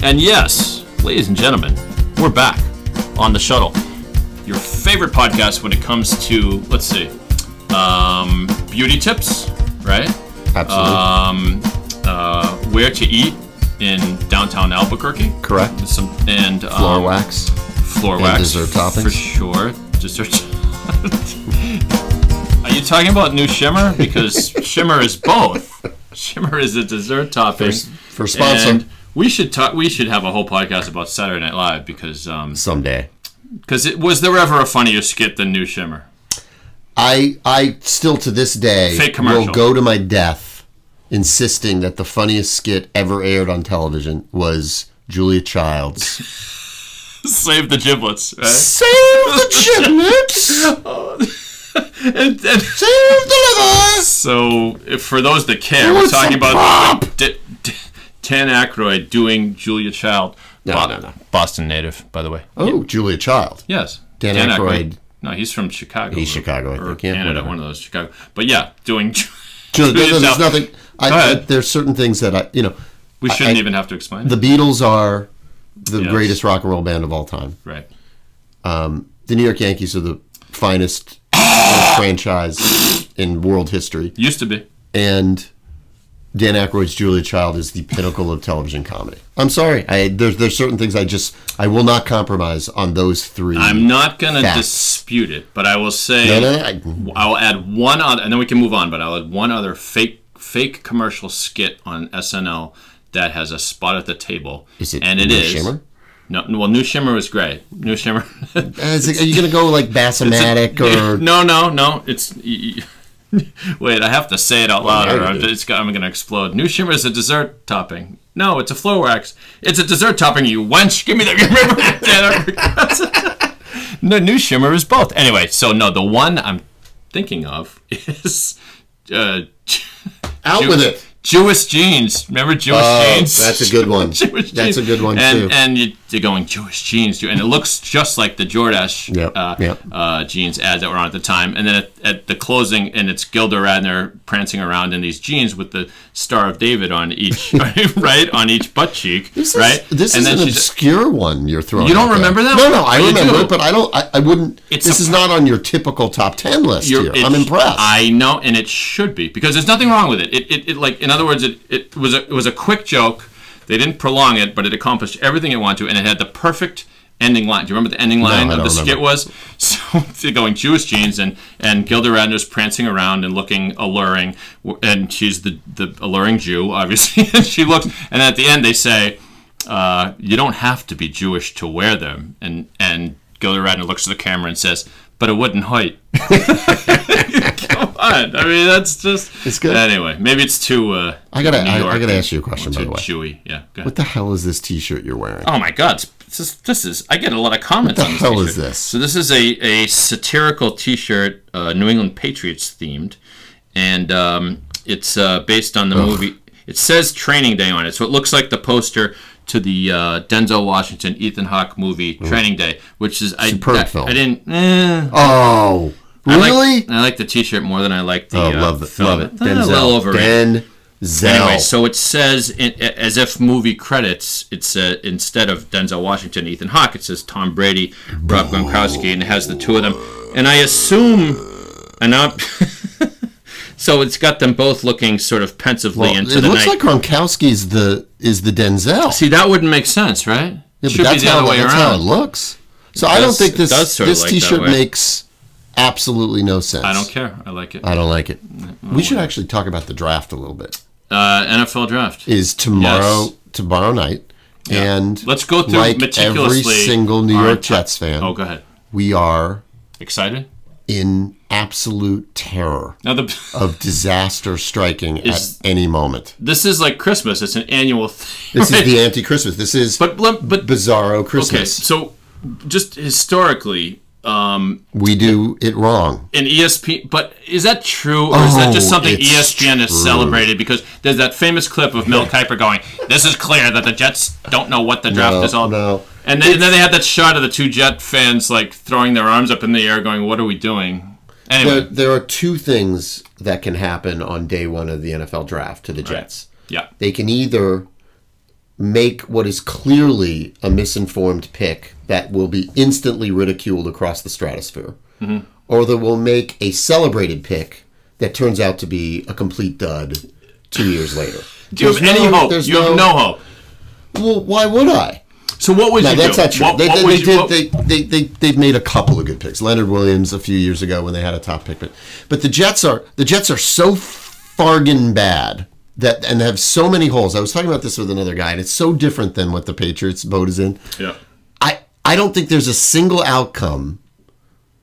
Speaker 9: And yes, ladies and gentlemen, we're back on the shuttle. Your favorite podcast when it comes to, let's see, um, beauty tips, right?
Speaker 10: Absolutely.
Speaker 9: Um, uh, where to eat in downtown Albuquerque.
Speaker 10: Correct.
Speaker 9: Some and um,
Speaker 10: Floor wax.
Speaker 9: floor
Speaker 10: And
Speaker 9: wax
Speaker 10: dessert toppings.
Speaker 9: for sure. Dessert. [laughs] Are you talking about new shimmer? Because
Speaker 10: [laughs]
Speaker 9: shimmer is both. Shimmer is a dessert topping.
Speaker 10: for sponsor.
Speaker 9: And we should talk. We should have a whole podcast about Saturday Night Live because um
Speaker 10: Someday.
Speaker 9: because it was there ever a funnier skit than New Shimmer?
Speaker 10: I I still to this day
Speaker 9: Fake commercial.
Speaker 10: will go to my death insisting that the funniest skit ever aired on television was
Speaker 9: [laughs]
Speaker 10: Julia Child's
Speaker 9: [laughs] Save the giblets, right?
Speaker 10: Save the Giblets,
Speaker 9: [laughs] And- and- [laughs]
Speaker 10: Save the Livers.
Speaker 9: so if- for those that care,
Speaker 10: Who
Speaker 9: we're
Speaker 10: wants
Speaker 9: talking
Speaker 10: a
Speaker 9: about
Speaker 10: prop?
Speaker 9: D- D- Dan Aykroyd doing Julia Child.
Speaker 10: No,
Speaker 9: Bo-
Speaker 10: no, no.
Speaker 9: Boston native, by the way.
Speaker 10: Oh, Julia Child.
Speaker 9: Yes.
Speaker 10: Dan Aykroyd.
Speaker 9: No, he's from Chicago.
Speaker 10: He's Chicago, I
Speaker 9: or
Speaker 10: think. Yeah,
Speaker 9: Canada,
Speaker 10: whatever.
Speaker 9: one of those Chicago. But yeah, doing. [laughs]
Speaker 10: Julia,
Speaker 9: Julia
Speaker 10: there's
Speaker 9: Child.
Speaker 10: nothing.
Speaker 9: Go
Speaker 10: I,
Speaker 9: ahead.
Speaker 10: there's certain things that I, you know,
Speaker 9: We
Speaker 10: I-
Speaker 9: shouldn't
Speaker 10: I-
Speaker 9: even have to explain.
Speaker 10: the
Speaker 9: it.
Speaker 10: Beatles are the
Speaker 9: Yes.
Speaker 10: greatest rock and roll band of all time.
Speaker 9: Right.
Speaker 10: Um, the New York Yankees are the finest franchise in world history.
Speaker 9: Used to be.
Speaker 10: and Dan Aykroyd's Julia Child is the pinnacle of television comedy. I'm sorry, I there's there's certain things I just I will not compromise on those three.
Speaker 9: I'm not going to
Speaker 10: Facts.
Speaker 9: dispute it, but I will say
Speaker 10: No, no, no,
Speaker 9: I'll add one other, and then we can move on. But I'll add one other fake fake commercial skit on SNL that has a spot at the table.
Speaker 10: Is it
Speaker 9: And it
Speaker 10: New
Speaker 9: is.
Speaker 10: Shimmer?
Speaker 9: No, well, New Shimmer was great. New Shimmer. [laughs]
Speaker 10: I, is it- are you gonna go like Bassomatic or
Speaker 9: no, no, no. It's. y- y- [laughs] Wait, I have to say it out loud,
Speaker 10: now
Speaker 9: or
Speaker 10: you
Speaker 9: I'm,
Speaker 10: do.
Speaker 9: just, I'm going to explode. New Shimmer is a dessert topping. No, it's a floor wax. It's a dessert topping. You wench, give me the [laughs] remember that. [laughs] no, New Shimmer is both. Anyway, so no, the one I'm thinking of [laughs] is uh,
Speaker 10: out with it?
Speaker 9: Jewish jeans. Remember Jewish
Speaker 10: Oh,
Speaker 9: jeans?
Speaker 10: that's a good
Speaker 9: [laughs]
Speaker 10: one.
Speaker 9: Jewish jeans.
Speaker 10: That's a good one
Speaker 9: and,
Speaker 10: too.
Speaker 9: And you, you're going Jewish jeans, Jew-" and it looks just like the Jordash
Speaker 10: Yep,
Speaker 9: uh,
Speaker 10: yep.
Speaker 9: Uh, jeans ads that were on at the time. And then at, at the closing, and it's Gilda Radner prancing around in these jeans with the Star of David on each [laughs] right on each butt cheek,
Speaker 10: this is,
Speaker 9: right?
Speaker 10: This
Speaker 9: and
Speaker 10: is an
Speaker 9: she's-
Speaker 10: obscure one you're throwing.
Speaker 9: You don't
Speaker 10: out there.
Speaker 9: remember that
Speaker 10: No,
Speaker 9: one?
Speaker 10: no, I
Speaker 9: Oh, you
Speaker 10: remember
Speaker 9: do.
Speaker 10: it, but I don't. I, I wouldn't.
Speaker 9: It's
Speaker 10: this
Speaker 9: a-
Speaker 10: is not on your typical top ten list
Speaker 9: You're-
Speaker 10: here.
Speaker 9: it-
Speaker 10: I'm impressed.
Speaker 9: I know, and it should be because there's nothing wrong with it. It, it, it like in other words, it, it was a, it was a quick joke. They didn't prolong it, but it accomplished everything it wanted to, and it had the perfect ending line. Do you remember the ending line
Speaker 10: I
Speaker 9: of the
Speaker 10: don't
Speaker 9: skit
Speaker 10: remember.
Speaker 9: was? [laughs] So they're going Jewish jeans and and Gilda Radner's prancing around and looking alluring, w- and she's the the alluring Jew, obviously. [laughs] and she looks, and at the end they say uh, you don't have to be Jewish to wear them. And and Gilda Radner looks to the camera and says, but it wouldn't hurt. [laughs] Come on. I mean, that's just.
Speaker 10: It's good.
Speaker 9: Anyway, maybe it's too. Uh,
Speaker 10: I gotta-
Speaker 9: New
Speaker 10: I- I
Speaker 9: York
Speaker 10: gotta
Speaker 9: and
Speaker 10: ask you a question, by
Speaker 9: too
Speaker 10: the way.
Speaker 9: Chewy. Yeah. Go
Speaker 10: what
Speaker 9: ahead.
Speaker 10: the hell is this T-shirt you're wearing?
Speaker 9: Oh my God! it's- This is, this is I get a lot of comments.
Speaker 10: What the
Speaker 9: on this
Speaker 10: hell
Speaker 9: t-shirt.
Speaker 10: is this?
Speaker 9: So this is a, a satirical T-shirt, uh, New England Patriots themed, and um, it's uh, based on the movie. It says Training Day on it, so it looks like the poster to the uh, Denzel Washington, Ethan Hawke movie Training Day, which is I
Speaker 10: Superb
Speaker 9: I,
Speaker 10: film.
Speaker 9: I didn't eh,
Speaker 10: Oh,
Speaker 9: I like-
Speaker 10: really?
Speaker 9: I like the T-shirt more than I like the.
Speaker 10: Oh,
Speaker 9: uh,
Speaker 10: love it,
Speaker 9: film.
Speaker 10: love it.
Speaker 9: Eh, A little over
Speaker 10: Denzel.
Speaker 9: Anyway, so it says in, a- as if movie credits. It's uh, instead of Denzel Washington, Ethan Hawke. It says Tom Brady, Rob Gronkowski, and it has the two of them. And I assume, and I'm, [laughs] so it's got them both looking sort of pensively
Speaker 10: Well,
Speaker 9: into
Speaker 10: it
Speaker 9: the
Speaker 10: looks
Speaker 9: night.
Speaker 10: like Gronkowski's the is the Denzel.
Speaker 9: See, that wouldn't make sense, right?
Speaker 10: Yeah,
Speaker 9: Should be the
Speaker 10: how,
Speaker 9: other way
Speaker 10: that's how it
Speaker 9: around.
Speaker 10: looks. So I don't
Speaker 9: does-
Speaker 10: think
Speaker 9: it
Speaker 10: this
Speaker 9: does sorta
Speaker 10: this
Speaker 9: like that
Speaker 10: T-shirt
Speaker 9: way.
Speaker 10: makes absolutely no sense.
Speaker 9: I don't care. Mm, I like it.
Speaker 10: I don't like it. We should actually talk about the draft a little bit.
Speaker 9: Uh, NFL draft.
Speaker 10: Is tomorrow
Speaker 9: Yes.
Speaker 10: tomorrow night, and
Speaker 9: Let's go through
Speaker 10: like
Speaker 9: meticulously
Speaker 10: every single New
Speaker 9: our
Speaker 10: York
Speaker 9: enti-
Speaker 10: Jets fan.
Speaker 9: oh, go ahead.
Speaker 10: We are
Speaker 9: Excited?
Speaker 10: in absolute terror
Speaker 9: Now the. [laughs]
Speaker 10: of disaster striking
Speaker 9: Is-
Speaker 10: at any moment.
Speaker 9: This is like Christmas. It's an annual thing. [laughs]
Speaker 10: This
Speaker 9: right?
Speaker 10: is the anti-Christmas. This is
Speaker 9: But let- but
Speaker 10: bizarro
Speaker 9: okay.
Speaker 10: Christmas.
Speaker 9: So just historically, um,
Speaker 10: We do it wrong.
Speaker 9: in ESP, but is that true, or is that just
Speaker 10: Oh,
Speaker 9: something E
Speaker 10: it's
Speaker 9: ESPN has
Speaker 10: true.
Speaker 9: celebrated? Because there's that famous clip of Mel Kiper going, "This is clear that the Jets don't know what the draft
Speaker 10: No,
Speaker 9: is all."
Speaker 10: no.
Speaker 9: And, then, and then they had that shot of the two Jet fans like throwing their arms up in the air, going, "What are we doing?" Anyway,
Speaker 10: There, there are two things that can happen on day one of the NFL draft to the Jets.
Speaker 9: yeah,
Speaker 10: They can either make what is clearly a misinformed pick that will be instantly ridiculed across the stratosphere,
Speaker 9: Mm-hmm.
Speaker 10: or they will make a celebrated pick that turns out to be a complete dud two years later.
Speaker 9: do you have any hope? You have no hope.
Speaker 10: Well, why would I?
Speaker 9: So what would
Speaker 10: No,
Speaker 9: you
Speaker 10: that's
Speaker 9: do?
Speaker 10: not true.
Speaker 9: What,
Speaker 10: they,
Speaker 9: what
Speaker 10: they,
Speaker 9: would
Speaker 10: they
Speaker 9: you-
Speaker 10: did.
Speaker 9: what-
Speaker 10: they, they, they, they've made a couple of good picks. Leonard Williams a few years ago when they had a top pick, but but the Jets are the Jets are so fargan bad that and have so many holes. I was talking about this with another guy, and it's so different than what the Patriots boat is in.
Speaker 9: yeah.
Speaker 10: I I don't think there's a single outcome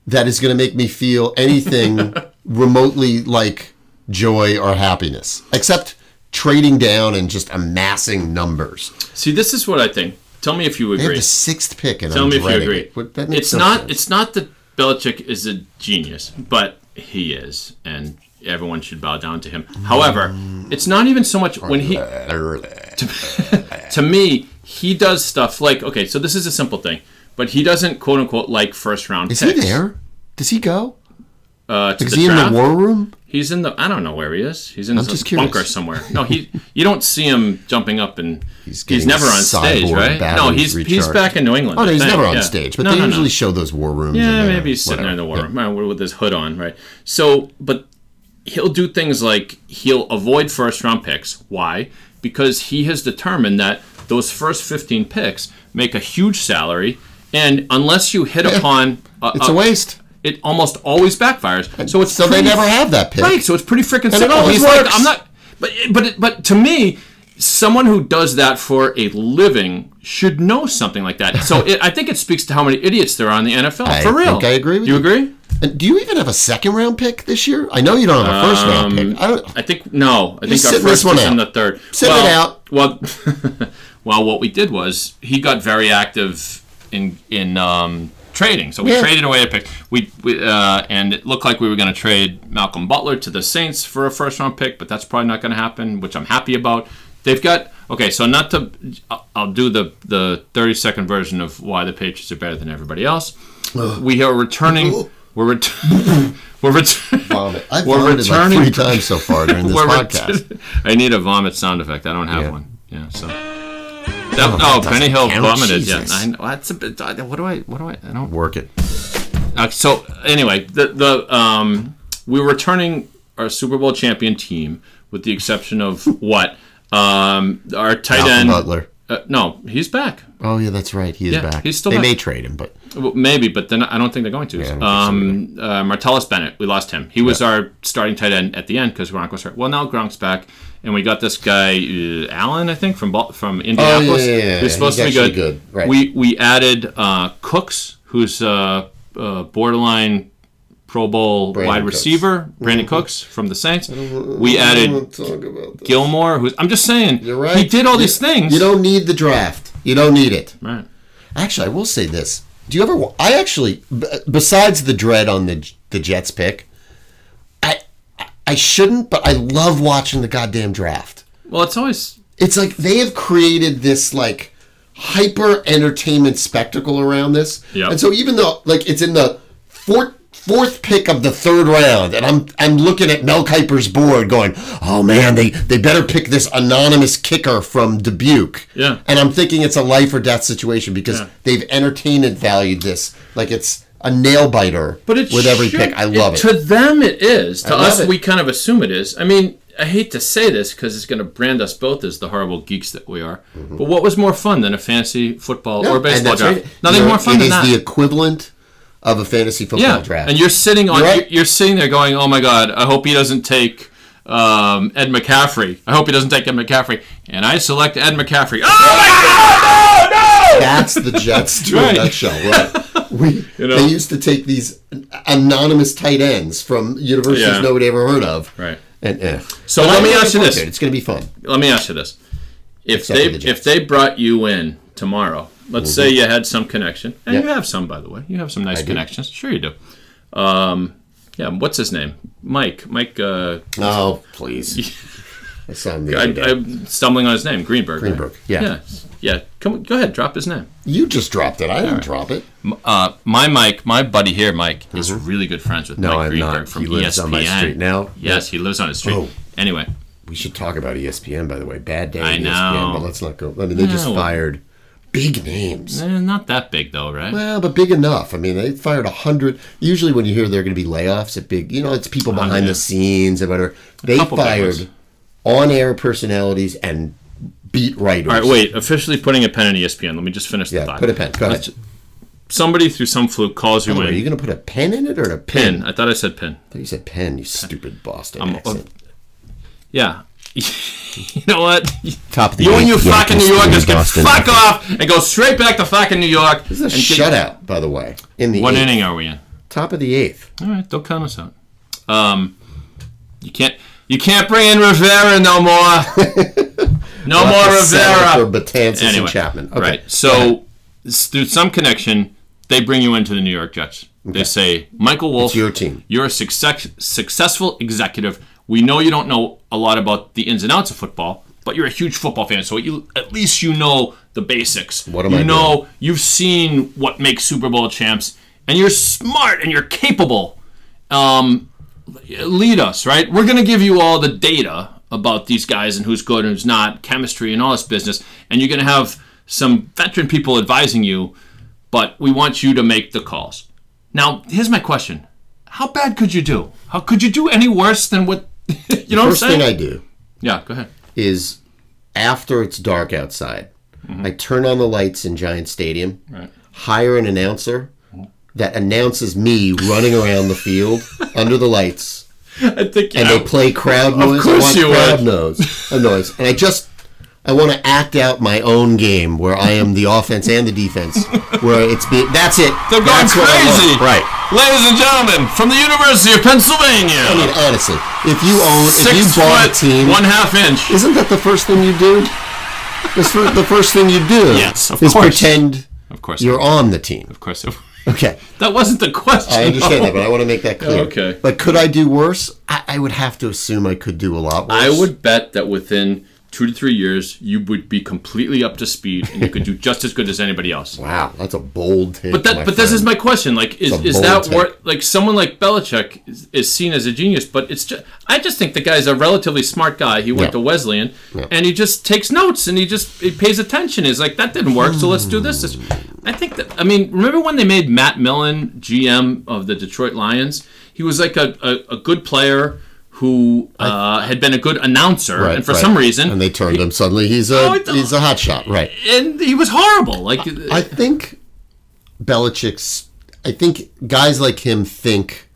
Speaker 10: that is going to make me feel
Speaker 9: [laughs]
Speaker 10: anything remotely like joy or happiness, except trading down and just amassing numbers.
Speaker 9: See, this is what I think. Tell me if you
Speaker 10: They have
Speaker 9: agree.
Speaker 10: the sixth pick, and
Speaker 9: Tell
Speaker 10: I'm
Speaker 9: me if you
Speaker 10: dreading
Speaker 9: agree.
Speaker 10: it. What- that makes
Speaker 9: it's
Speaker 10: no
Speaker 9: not.
Speaker 10: sense.
Speaker 9: It's not that Belichick is a genius, but he is, and everyone should bow down to him. However, it's not even so much when he. to me, he does stuff like okay. So this is a simple thing, but he doesn't quote unquote like first round.
Speaker 10: Is he
Speaker 9: picks.
Speaker 10: there? Does he go?
Speaker 9: Uh, to
Speaker 10: Is
Speaker 9: the
Speaker 10: he in
Speaker 9: draft.
Speaker 10: the war room?
Speaker 9: He's in the. I don't know where he is. He's in
Speaker 10: I'm
Speaker 9: some
Speaker 10: just curious.
Speaker 9: bunker somewhere. No, he. You don't see him jumping up and.
Speaker 10: He's
Speaker 9: He's,
Speaker 10: getting
Speaker 9: never on stage,
Speaker 10: cyborg
Speaker 9: right? No,
Speaker 10: batteries
Speaker 9: he's he's
Speaker 10: recharged.
Speaker 9: back in New England.
Speaker 10: Oh, no,
Speaker 9: I
Speaker 10: he's
Speaker 9: think,
Speaker 10: never on
Speaker 9: yeah.
Speaker 10: stage, but
Speaker 9: No,
Speaker 10: they
Speaker 9: no, no.
Speaker 10: usually show those war rooms.
Speaker 9: Yeah,
Speaker 10: and, uh,
Speaker 9: maybe he's sitting there in the war
Speaker 10: whatever.
Speaker 9: room uh, with his hood on, right? So, but he'll do things like he'll avoid first round picks. Why? Because he has determined that those first 15 picks make a huge salary, and unless you hit upon.
Speaker 10: Yeah. It's a waste.
Speaker 9: It almost always backfires. So it's
Speaker 10: So they
Speaker 9: pretty-
Speaker 10: never have that pick.
Speaker 9: Right, so it's pretty freaking
Speaker 10: it
Speaker 9: simple.
Speaker 10: always
Speaker 9: He's like,
Speaker 10: works.
Speaker 9: I'm not. But but it- but to me, someone who does that for a living should know something like that. So it, I think it speaks to how many idiots there are in the NFL.
Speaker 10: I
Speaker 9: for real,
Speaker 10: think I agree with you.
Speaker 9: agree?
Speaker 10: And do you even have a second round pick this year? I know you don't have a first
Speaker 9: Um,
Speaker 10: round pick. I don't.
Speaker 9: I think no. I
Speaker 10: Just
Speaker 9: think our
Speaker 10: sit this
Speaker 9: first
Speaker 10: one
Speaker 9: was in the
Speaker 10: out.
Speaker 9: third.
Speaker 10: Sit it out.
Speaker 9: Well, [laughs] well, what we did was he got very active in in um, trading. So we
Speaker 10: Yeah.
Speaker 9: traded away a pick. We, we uh, and it looked like we were going to trade Malcolm Butler to the Saints for a first round pick, but that's probably not going to happen, which I'm happy about. They've got okay. So not to I'll- I'll do the the 30 second version of why the Patriots are better than everybody else. We are
Speaker 10: [laughs]
Speaker 9: returning. We're ret- [laughs] we're returning.
Speaker 10: vomit. I've
Speaker 9: We're
Speaker 10: vomited
Speaker 9: returning-
Speaker 10: like three times so far
Speaker 9: [laughs]
Speaker 10: during this
Speaker 9: Where we're-
Speaker 10: podcast.
Speaker 9: I need a vomit sound effect. I don't have
Speaker 10: Yeah.
Speaker 9: one. Yeah. So.
Speaker 10: that
Speaker 9: That, oh,
Speaker 10: doesn't
Speaker 9: Benny Hill
Speaker 10: count,
Speaker 9: vomited.
Speaker 10: Jesus.
Speaker 9: Yeah. I know. That's a bit. I- What do I? What do I? I don't.
Speaker 10: Work it.
Speaker 9: Uh, so anyway, the the um, we're returning our Super Bowl champion team with the exception of [laughs] what um our tight
Speaker 10: Malcolm
Speaker 9: end
Speaker 10: Butler.
Speaker 9: Uh, no, he's back.
Speaker 10: Oh yeah, that's right. He is
Speaker 9: Yeah,
Speaker 10: back.
Speaker 9: he's still
Speaker 10: they
Speaker 9: back.
Speaker 10: may trade him, but
Speaker 9: Well, maybe, but then I don't think they're going to.
Speaker 10: Yeah, I don't think so
Speaker 9: um, uh, Martellus Bennett, we lost him. He was our starting tight end at the end because Gronk was hurt. Well, now Gronk's back, and we got this guy uh, Allen, I think, from Bal- from Indianapolis.
Speaker 10: Oh, yeah, yeah, yeah.
Speaker 9: Who's supposed
Speaker 10: He's
Speaker 9: to be
Speaker 10: actually
Speaker 9: good.
Speaker 10: good, right.
Speaker 9: We we added uh, Cooks, who's uh, uh, borderline Pro Bowl
Speaker 10: Brandon
Speaker 9: wide
Speaker 10: Cooks. Mm-hmm.
Speaker 9: receiver, Brandon Cooks from the Saints. We added
Speaker 10: talk about that.
Speaker 9: Gilmore, who's I'm just saying
Speaker 10: You're right.
Speaker 9: he did all
Speaker 10: You-
Speaker 9: these things.
Speaker 10: You don't need the draft. You don't need it.
Speaker 9: right.
Speaker 10: Actually, I will say this. Do you ever? wa- I actually, b- besides the dread on the the Jets pick, I I shouldn't, but I love watching the goddamn draft.
Speaker 9: Well, it's always
Speaker 10: It's like they have created this like hyper entertainment spectacle around this.
Speaker 9: Yeah.
Speaker 10: And so even though like it's in the fourth fourth pick of the third round, and I'm I'm looking at Mel Kiper's board going, Oh man, they, they better pick this anonymous kicker from Dubuque.
Speaker 9: Yeah.
Speaker 10: And I'm thinking it's a life or death situation because they've entertainment valued this like it's a nail biter
Speaker 9: But it's
Speaker 10: with every pick. I love it.
Speaker 9: To them, it is. To
Speaker 10: love
Speaker 9: us,
Speaker 10: it.
Speaker 9: we kind of assume it is. I mean, I hate to say this because it's going to brand us both as the horrible geeks that we are. But what was more fun than a fantasy football
Speaker 10: Mm-hmm. Yeah,
Speaker 9: or
Speaker 10: and
Speaker 9: baseball
Speaker 10: that's
Speaker 9: draft?
Speaker 10: right.
Speaker 9: Nothing
Speaker 10: You're-
Speaker 9: more fun
Speaker 10: it
Speaker 9: than
Speaker 10: is
Speaker 9: that.
Speaker 10: the equivalent of a fantasy football
Speaker 9: yeah,
Speaker 10: draft.
Speaker 9: and you're sitting on
Speaker 10: You're
Speaker 9: you're,
Speaker 10: right.
Speaker 9: you're sitting there going, "Oh my God, I hope he doesn't take." Um, Ed McCaffrey. I hope he doesn't take Ed McCaffrey. And I select Ed McCaffrey. Oh my God! No! No! [laughs]
Speaker 10: That's the Jets to a
Speaker 9: Right.
Speaker 10: nutshell. Right. We,
Speaker 9: [laughs] You know?
Speaker 10: They used to take these anonymous tight ends from universities
Speaker 9: Yeah.
Speaker 10: nobody ever heard of.
Speaker 9: Right.
Speaker 10: And eh.
Speaker 9: So
Speaker 10: But
Speaker 9: let
Speaker 10: I'm
Speaker 9: me
Speaker 10: looking
Speaker 9: ask you
Speaker 10: forward
Speaker 9: this. [laughs]
Speaker 10: to it. It's going to be fun.
Speaker 9: let me ask you this: if
Speaker 10: Except for
Speaker 9: they
Speaker 10: the Jets.
Speaker 9: if they brought you in tomorrow Let's
Speaker 1: Mm-hmm.
Speaker 9: say you had some connection, and you have some, by the way. You have some nice connections. Sure, you do. Um, yeah, what's his name? Mike. Mike. Uh,
Speaker 1: Oh,
Speaker 9: [laughs]
Speaker 1: please. I saw him the
Speaker 9: I,
Speaker 1: other day.
Speaker 9: I'm stumbling on his name. Greenberg. right?
Speaker 1: Greenberg, yeah.
Speaker 9: Yeah. Yeah. Come. Go ahead. Drop his name.
Speaker 1: you just dropped it. I didn't drop it.
Speaker 9: Uh, my Mike, my buddy here, Mike, is really good friends with
Speaker 1: Mm-hmm. No,
Speaker 9: Mike
Speaker 1: I'm
Speaker 9: Greenberg
Speaker 1: not.
Speaker 9: from E
Speaker 1: He lives
Speaker 9: ESPN.
Speaker 1: on my street now?
Speaker 9: Yes, he lives on his street.
Speaker 1: Oh.
Speaker 9: Anyway,
Speaker 1: We should talk about E ESPN, by the way. Bad day E
Speaker 9: I
Speaker 1: at
Speaker 9: know.
Speaker 1: ESPN, but let's not go. I mean, they just
Speaker 9: No.
Speaker 1: fired big names.
Speaker 9: eh, not that big though, right?
Speaker 10: Well, but big enough. I mean, they fired a hundred. Usually, when you hear they're going to be layoffs at big, you know, it's people behind
Speaker 9: Oh, yeah.
Speaker 10: the scenes and whatever. They
Speaker 9: couple big ones.
Speaker 10: fired on-air personalities and beat writers.
Speaker 9: All right, wait. Officially putting a pen in E ESPN. Let me just finish the
Speaker 10: Yeah,
Speaker 9: thought.
Speaker 10: put a pen. Go ahead.
Speaker 9: Somebody through some fluke calls you
Speaker 10: Oh,
Speaker 9: in.
Speaker 10: are you going to put a pen in it or a pin?
Speaker 9: pin. I thought I said pin.
Speaker 10: I thought you said pen. You stupid Boston
Speaker 9: I'm-
Speaker 10: accent.
Speaker 9: Yeah. [laughs] you know what?
Speaker 10: Top of the
Speaker 9: you and
Speaker 10: eighth,
Speaker 9: you fucking New Yorkers
Speaker 10: Yankees three,
Speaker 9: can
Speaker 10: Boston
Speaker 9: fuck
Speaker 10: nothing.
Speaker 9: off and go straight back to fucking New York.
Speaker 10: This is a
Speaker 9: and get-
Speaker 10: shutout, by the way. In the
Speaker 9: What
Speaker 10: eighth.
Speaker 9: inning are we in?
Speaker 10: Top of the eighth.
Speaker 9: All right, don't count us out. Um, you can't you can't bring in Rivera no more. No more
Speaker 10: Sell
Speaker 9: Rivera.
Speaker 10: for Batanzas
Speaker 9: Anyway,
Speaker 10: and Chapman. Okay.
Speaker 9: right. So s- through some connection, they bring you into the New York Jets. They say, Michael Wolf,
Speaker 10: It's your team.
Speaker 9: You're a success, successful executive. We know you don't know a lot about the ins and outs of football, but you're a huge football fan, so you at least you know the basics.
Speaker 10: What am
Speaker 9: you
Speaker 10: I
Speaker 9: know you've seen what makes Super Bowl champs, and you're smart and you're capable. Um, lead us, right? We're going to give you all the data about these guys and who's good and who's not, chemistry and all this business, and you're going to have some veteran people advising you, but we want you to make the calls. Now, here's my question: How bad could you do? How could you do any worse than what? [laughs] you know
Speaker 10: First
Speaker 9: what I'm
Speaker 10: thing I
Speaker 9: saying?
Speaker 10: do
Speaker 9: yeah, go
Speaker 10: [laughs]
Speaker 9: ahead.
Speaker 10: is after it's dark outside,
Speaker 9: Mm-hmm.
Speaker 10: I turn on the lights in Giant Stadium, hire an announcer that announces me running around
Speaker 9: [laughs]
Speaker 10: the field under the lights.
Speaker 9: I think
Speaker 10: and they play crowd noise.
Speaker 9: course
Speaker 10: I want
Speaker 9: you
Speaker 10: crowd
Speaker 9: would.
Speaker 10: noise, a noise, and I just I want to act out my own game where I am the offense and the defense. Where it's be, that's it.
Speaker 9: They're going
Speaker 10: That's what I want.
Speaker 9: crazy,
Speaker 10: right?
Speaker 9: Ladies and gentlemen, from the University of Pennsylvania,
Speaker 10: I mean, honestly, if you own, if
Speaker 9: six
Speaker 10: you bought
Speaker 9: foot,
Speaker 10: a team,
Speaker 9: one half inch.
Speaker 10: isn't that the first thing you do? That's fir- the first thing you do.
Speaker 9: Yes, of
Speaker 10: is
Speaker 9: course.
Speaker 10: pretend
Speaker 9: Of course,
Speaker 10: you're on the team.
Speaker 9: Of course,
Speaker 10: Okay,
Speaker 9: [laughs] that wasn't the question.
Speaker 10: I understand that, but I want to make that clear.
Speaker 9: Okay.
Speaker 10: but could I do worse? I, I would have to assume I could do a lot worse.
Speaker 9: I would bet that within two to three years, you would be completely up to speed and you could do just as good as anybody else.
Speaker 10: Wow, that's a bold take.
Speaker 9: But that,
Speaker 10: my
Speaker 9: but this is
Speaker 10: friend.
Speaker 9: my question. Like, is,
Speaker 10: It's a
Speaker 9: is
Speaker 10: bold
Speaker 9: that
Speaker 10: take.
Speaker 9: worth? Like, someone like Belichick is, is seen as a genius, but it's just. I just think the guy's a relatively smart guy. He went
Speaker 10: Yeah.
Speaker 9: to Wesleyan,
Speaker 10: Yeah.
Speaker 9: and he just takes notes and he just he pays attention. He's like, that didn't work, so let's do this. this. I think that. I mean, remember when they made Matt Millen GM of the Detroit Lions? He was like a a, a good player. Who uh, had been a good announcer, and for some reason,
Speaker 10: and they turned him suddenly. He's a
Speaker 9: Oh, I don't-
Speaker 10: he's a hot shot, right?
Speaker 9: and he was horrible. Like,
Speaker 10: I think Belichick's. I think guys like him think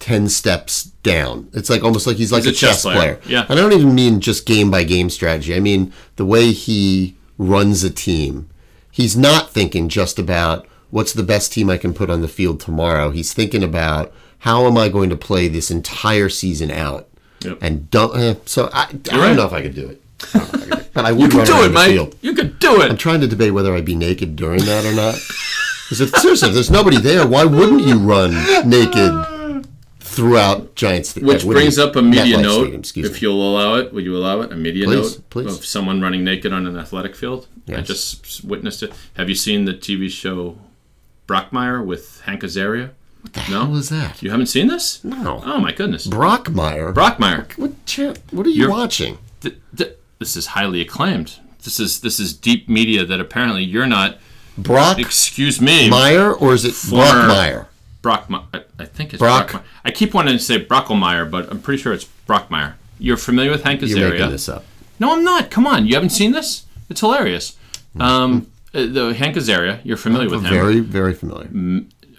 Speaker 10: ten steps down. It's like almost like he's like
Speaker 9: He's
Speaker 10: a, chess player.
Speaker 9: Yeah.
Speaker 10: and I don't even mean just game by game strategy. I mean the way he runs a team. He's not thinking just about what's the best team I can put on the field tomorrow. He's thinking about how am I going to play this entire season out.
Speaker 9: Yep.
Speaker 10: And don't uh, so I, I don't
Speaker 9: right.
Speaker 10: know if I could do it. I don't know if I could do it. But I would
Speaker 9: [laughs] you can
Speaker 10: run
Speaker 9: do
Speaker 10: around
Speaker 9: it,
Speaker 10: the
Speaker 9: mate.
Speaker 10: field.
Speaker 9: You can do
Speaker 10: I'm
Speaker 9: it.
Speaker 10: trying to debate whether I'd be naked during that or not. 'Cause if- seriously, if there's nobody there, why wouldn't you run naked throughout uh, Giants?
Speaker 9: Which brings up a media note,
Speaker 10: excuse
Speaker 9: if
Speaker 10: me.
Speaker 9: you'll allow it. Will you allow it? A media
Speaker 10: Please,
Speaker 9: note
Speaker 10: please.
Speaker 9: of someone running naked on an athletic field. I
Speaker 10: Yes.
Speaker 9: just s- witnessed it. Have you seen the TV show Brockmire with Hank Azaria? What the
Speaker 10: hell is that?
Speaker 9: You haven't seen this?
Speaker 10: No.
Speaker 9: Oh my goodness.
Speaker 10: Brockmeyer.
Speaker 9: Brockmire.
Speaker 10: what, cha- what are you
Speaker 9: You're-
Speaker 10: watching?
Speaker 9: Th- th- this is highly acclaimed. This is this is deep media that apparently you're not.
Speaker 10: Brock
Speaker 9: Excuse me.
Speaker 10: Meyer or is it
Speaker 9: Former-
Speaker 10: Brockmeyer?
Speaker 9: Brockmeyer. I- I think it's
Speaker 10: Brock-
Speaker 9: Brockmeyer. I keep wanting to say Brockelmeyer, but I'm pretty sure it's Brockmeyer. You're familiar with Hank
Speaker 10: You're
Speaker 9: Azaria?
Speaker 10: making this up.
Speaker 9: No, I'm not. Come on, you haven't seen this? It's hilarious. Um, uh, the Hank Azaria, you're familiar with him. Mm.
Speaker 10: Very, very familiar.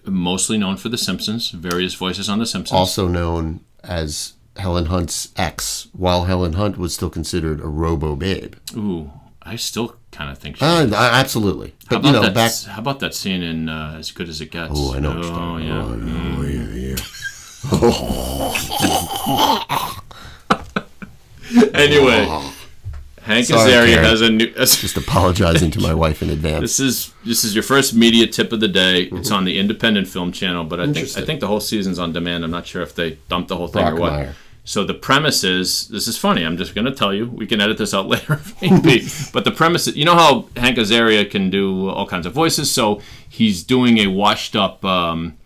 Speaker 9: Mostly known for The Simpsons, various voices on The Simpsons.
Speaker 10: Also known as Helen Hunt's ex, while Helen Hunt was still considered a robo babe.
Speaker 9: Ooh, I still kind of think. She,
Speaker 10: Uh, absolutely.
Speaker 9: how
Speaker 10: But
Speaker 9: about
Speaker 10: you know,
Speaker 9: that?
Speaker 10: back
Speaker 9: how about that scene in uh, As Good as It Gets?
Speaker 10: Oh, I know. what you're
Speaker 9: Oh,
Speaker 10: talking
Speaker 9: yeah.
Speaker 10: about. Oh, yeah, yeah.
Speaker 9: Anyway, Hank
Speaker 10: Oh. Sorry,
Speaker 9: Azaria
Speaker 10: Karen.
Speaker 9: has a new.
Speaker 10: Just apologizing to my wife in advance.
Speaker 9: [laughs] This is this is your first media tip of the day. It's on the Independent Film Channel, but I think I
Speaker 10: Interesting.
Speaker 9: think the whole season's on demand. I'm not sure if they dumped the whole thing or what.
Speaker 10: Brockmire.
Speaker 9: So the premise is this is funny. I'm just going to tell you. We can edit this out [laughs] later, if need be. but the premise, is, you know how Hank Azaria can do all kinds of voices, so he's doing a washed-up. Um,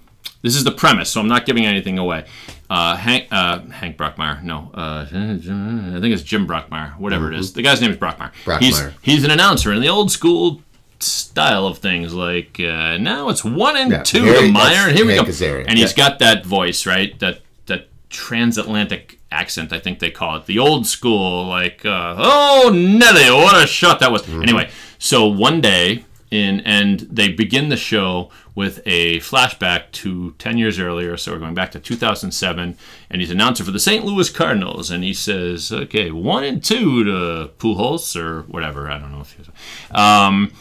Speaker 9: this is the premise, so I'm not giving anything away. Uh, Hank, uh, Hank Brockmeyer, no, uh, I think it's Jim Brockmeyer, whatever it is. The guy's name is Brockmeyer. He's
Speaker 10: Brockmeyer.
Speaker 9: he's an announcer in the old school style of things. Like uh, now it's one and
Speaker 10: Yeah,
Speaker 9: two
Speaker 10: here-
Speaker 9: to Meyer,
Speaker 10: that's
Speaker 9: and here we go.
Speaker 10: Hank Azaria.
Speaker 9: And he's
Speaker 10: Yeah.
Speaker 9: got that voice, right? That that transatlantic accent, I think they call it, the old school, like uh, oh Nelly, what a shot that was.
Speaker 10: Mm-hmm.
Speaker 9: Anyway, so one day. In, and they begin the show with a flashback to 10 years earlier. So we're going back to 2007. And he's announcer for the St. Louis Cardinals. And he says, okay, one and two to Pujols or whatever. I don't know if he Um,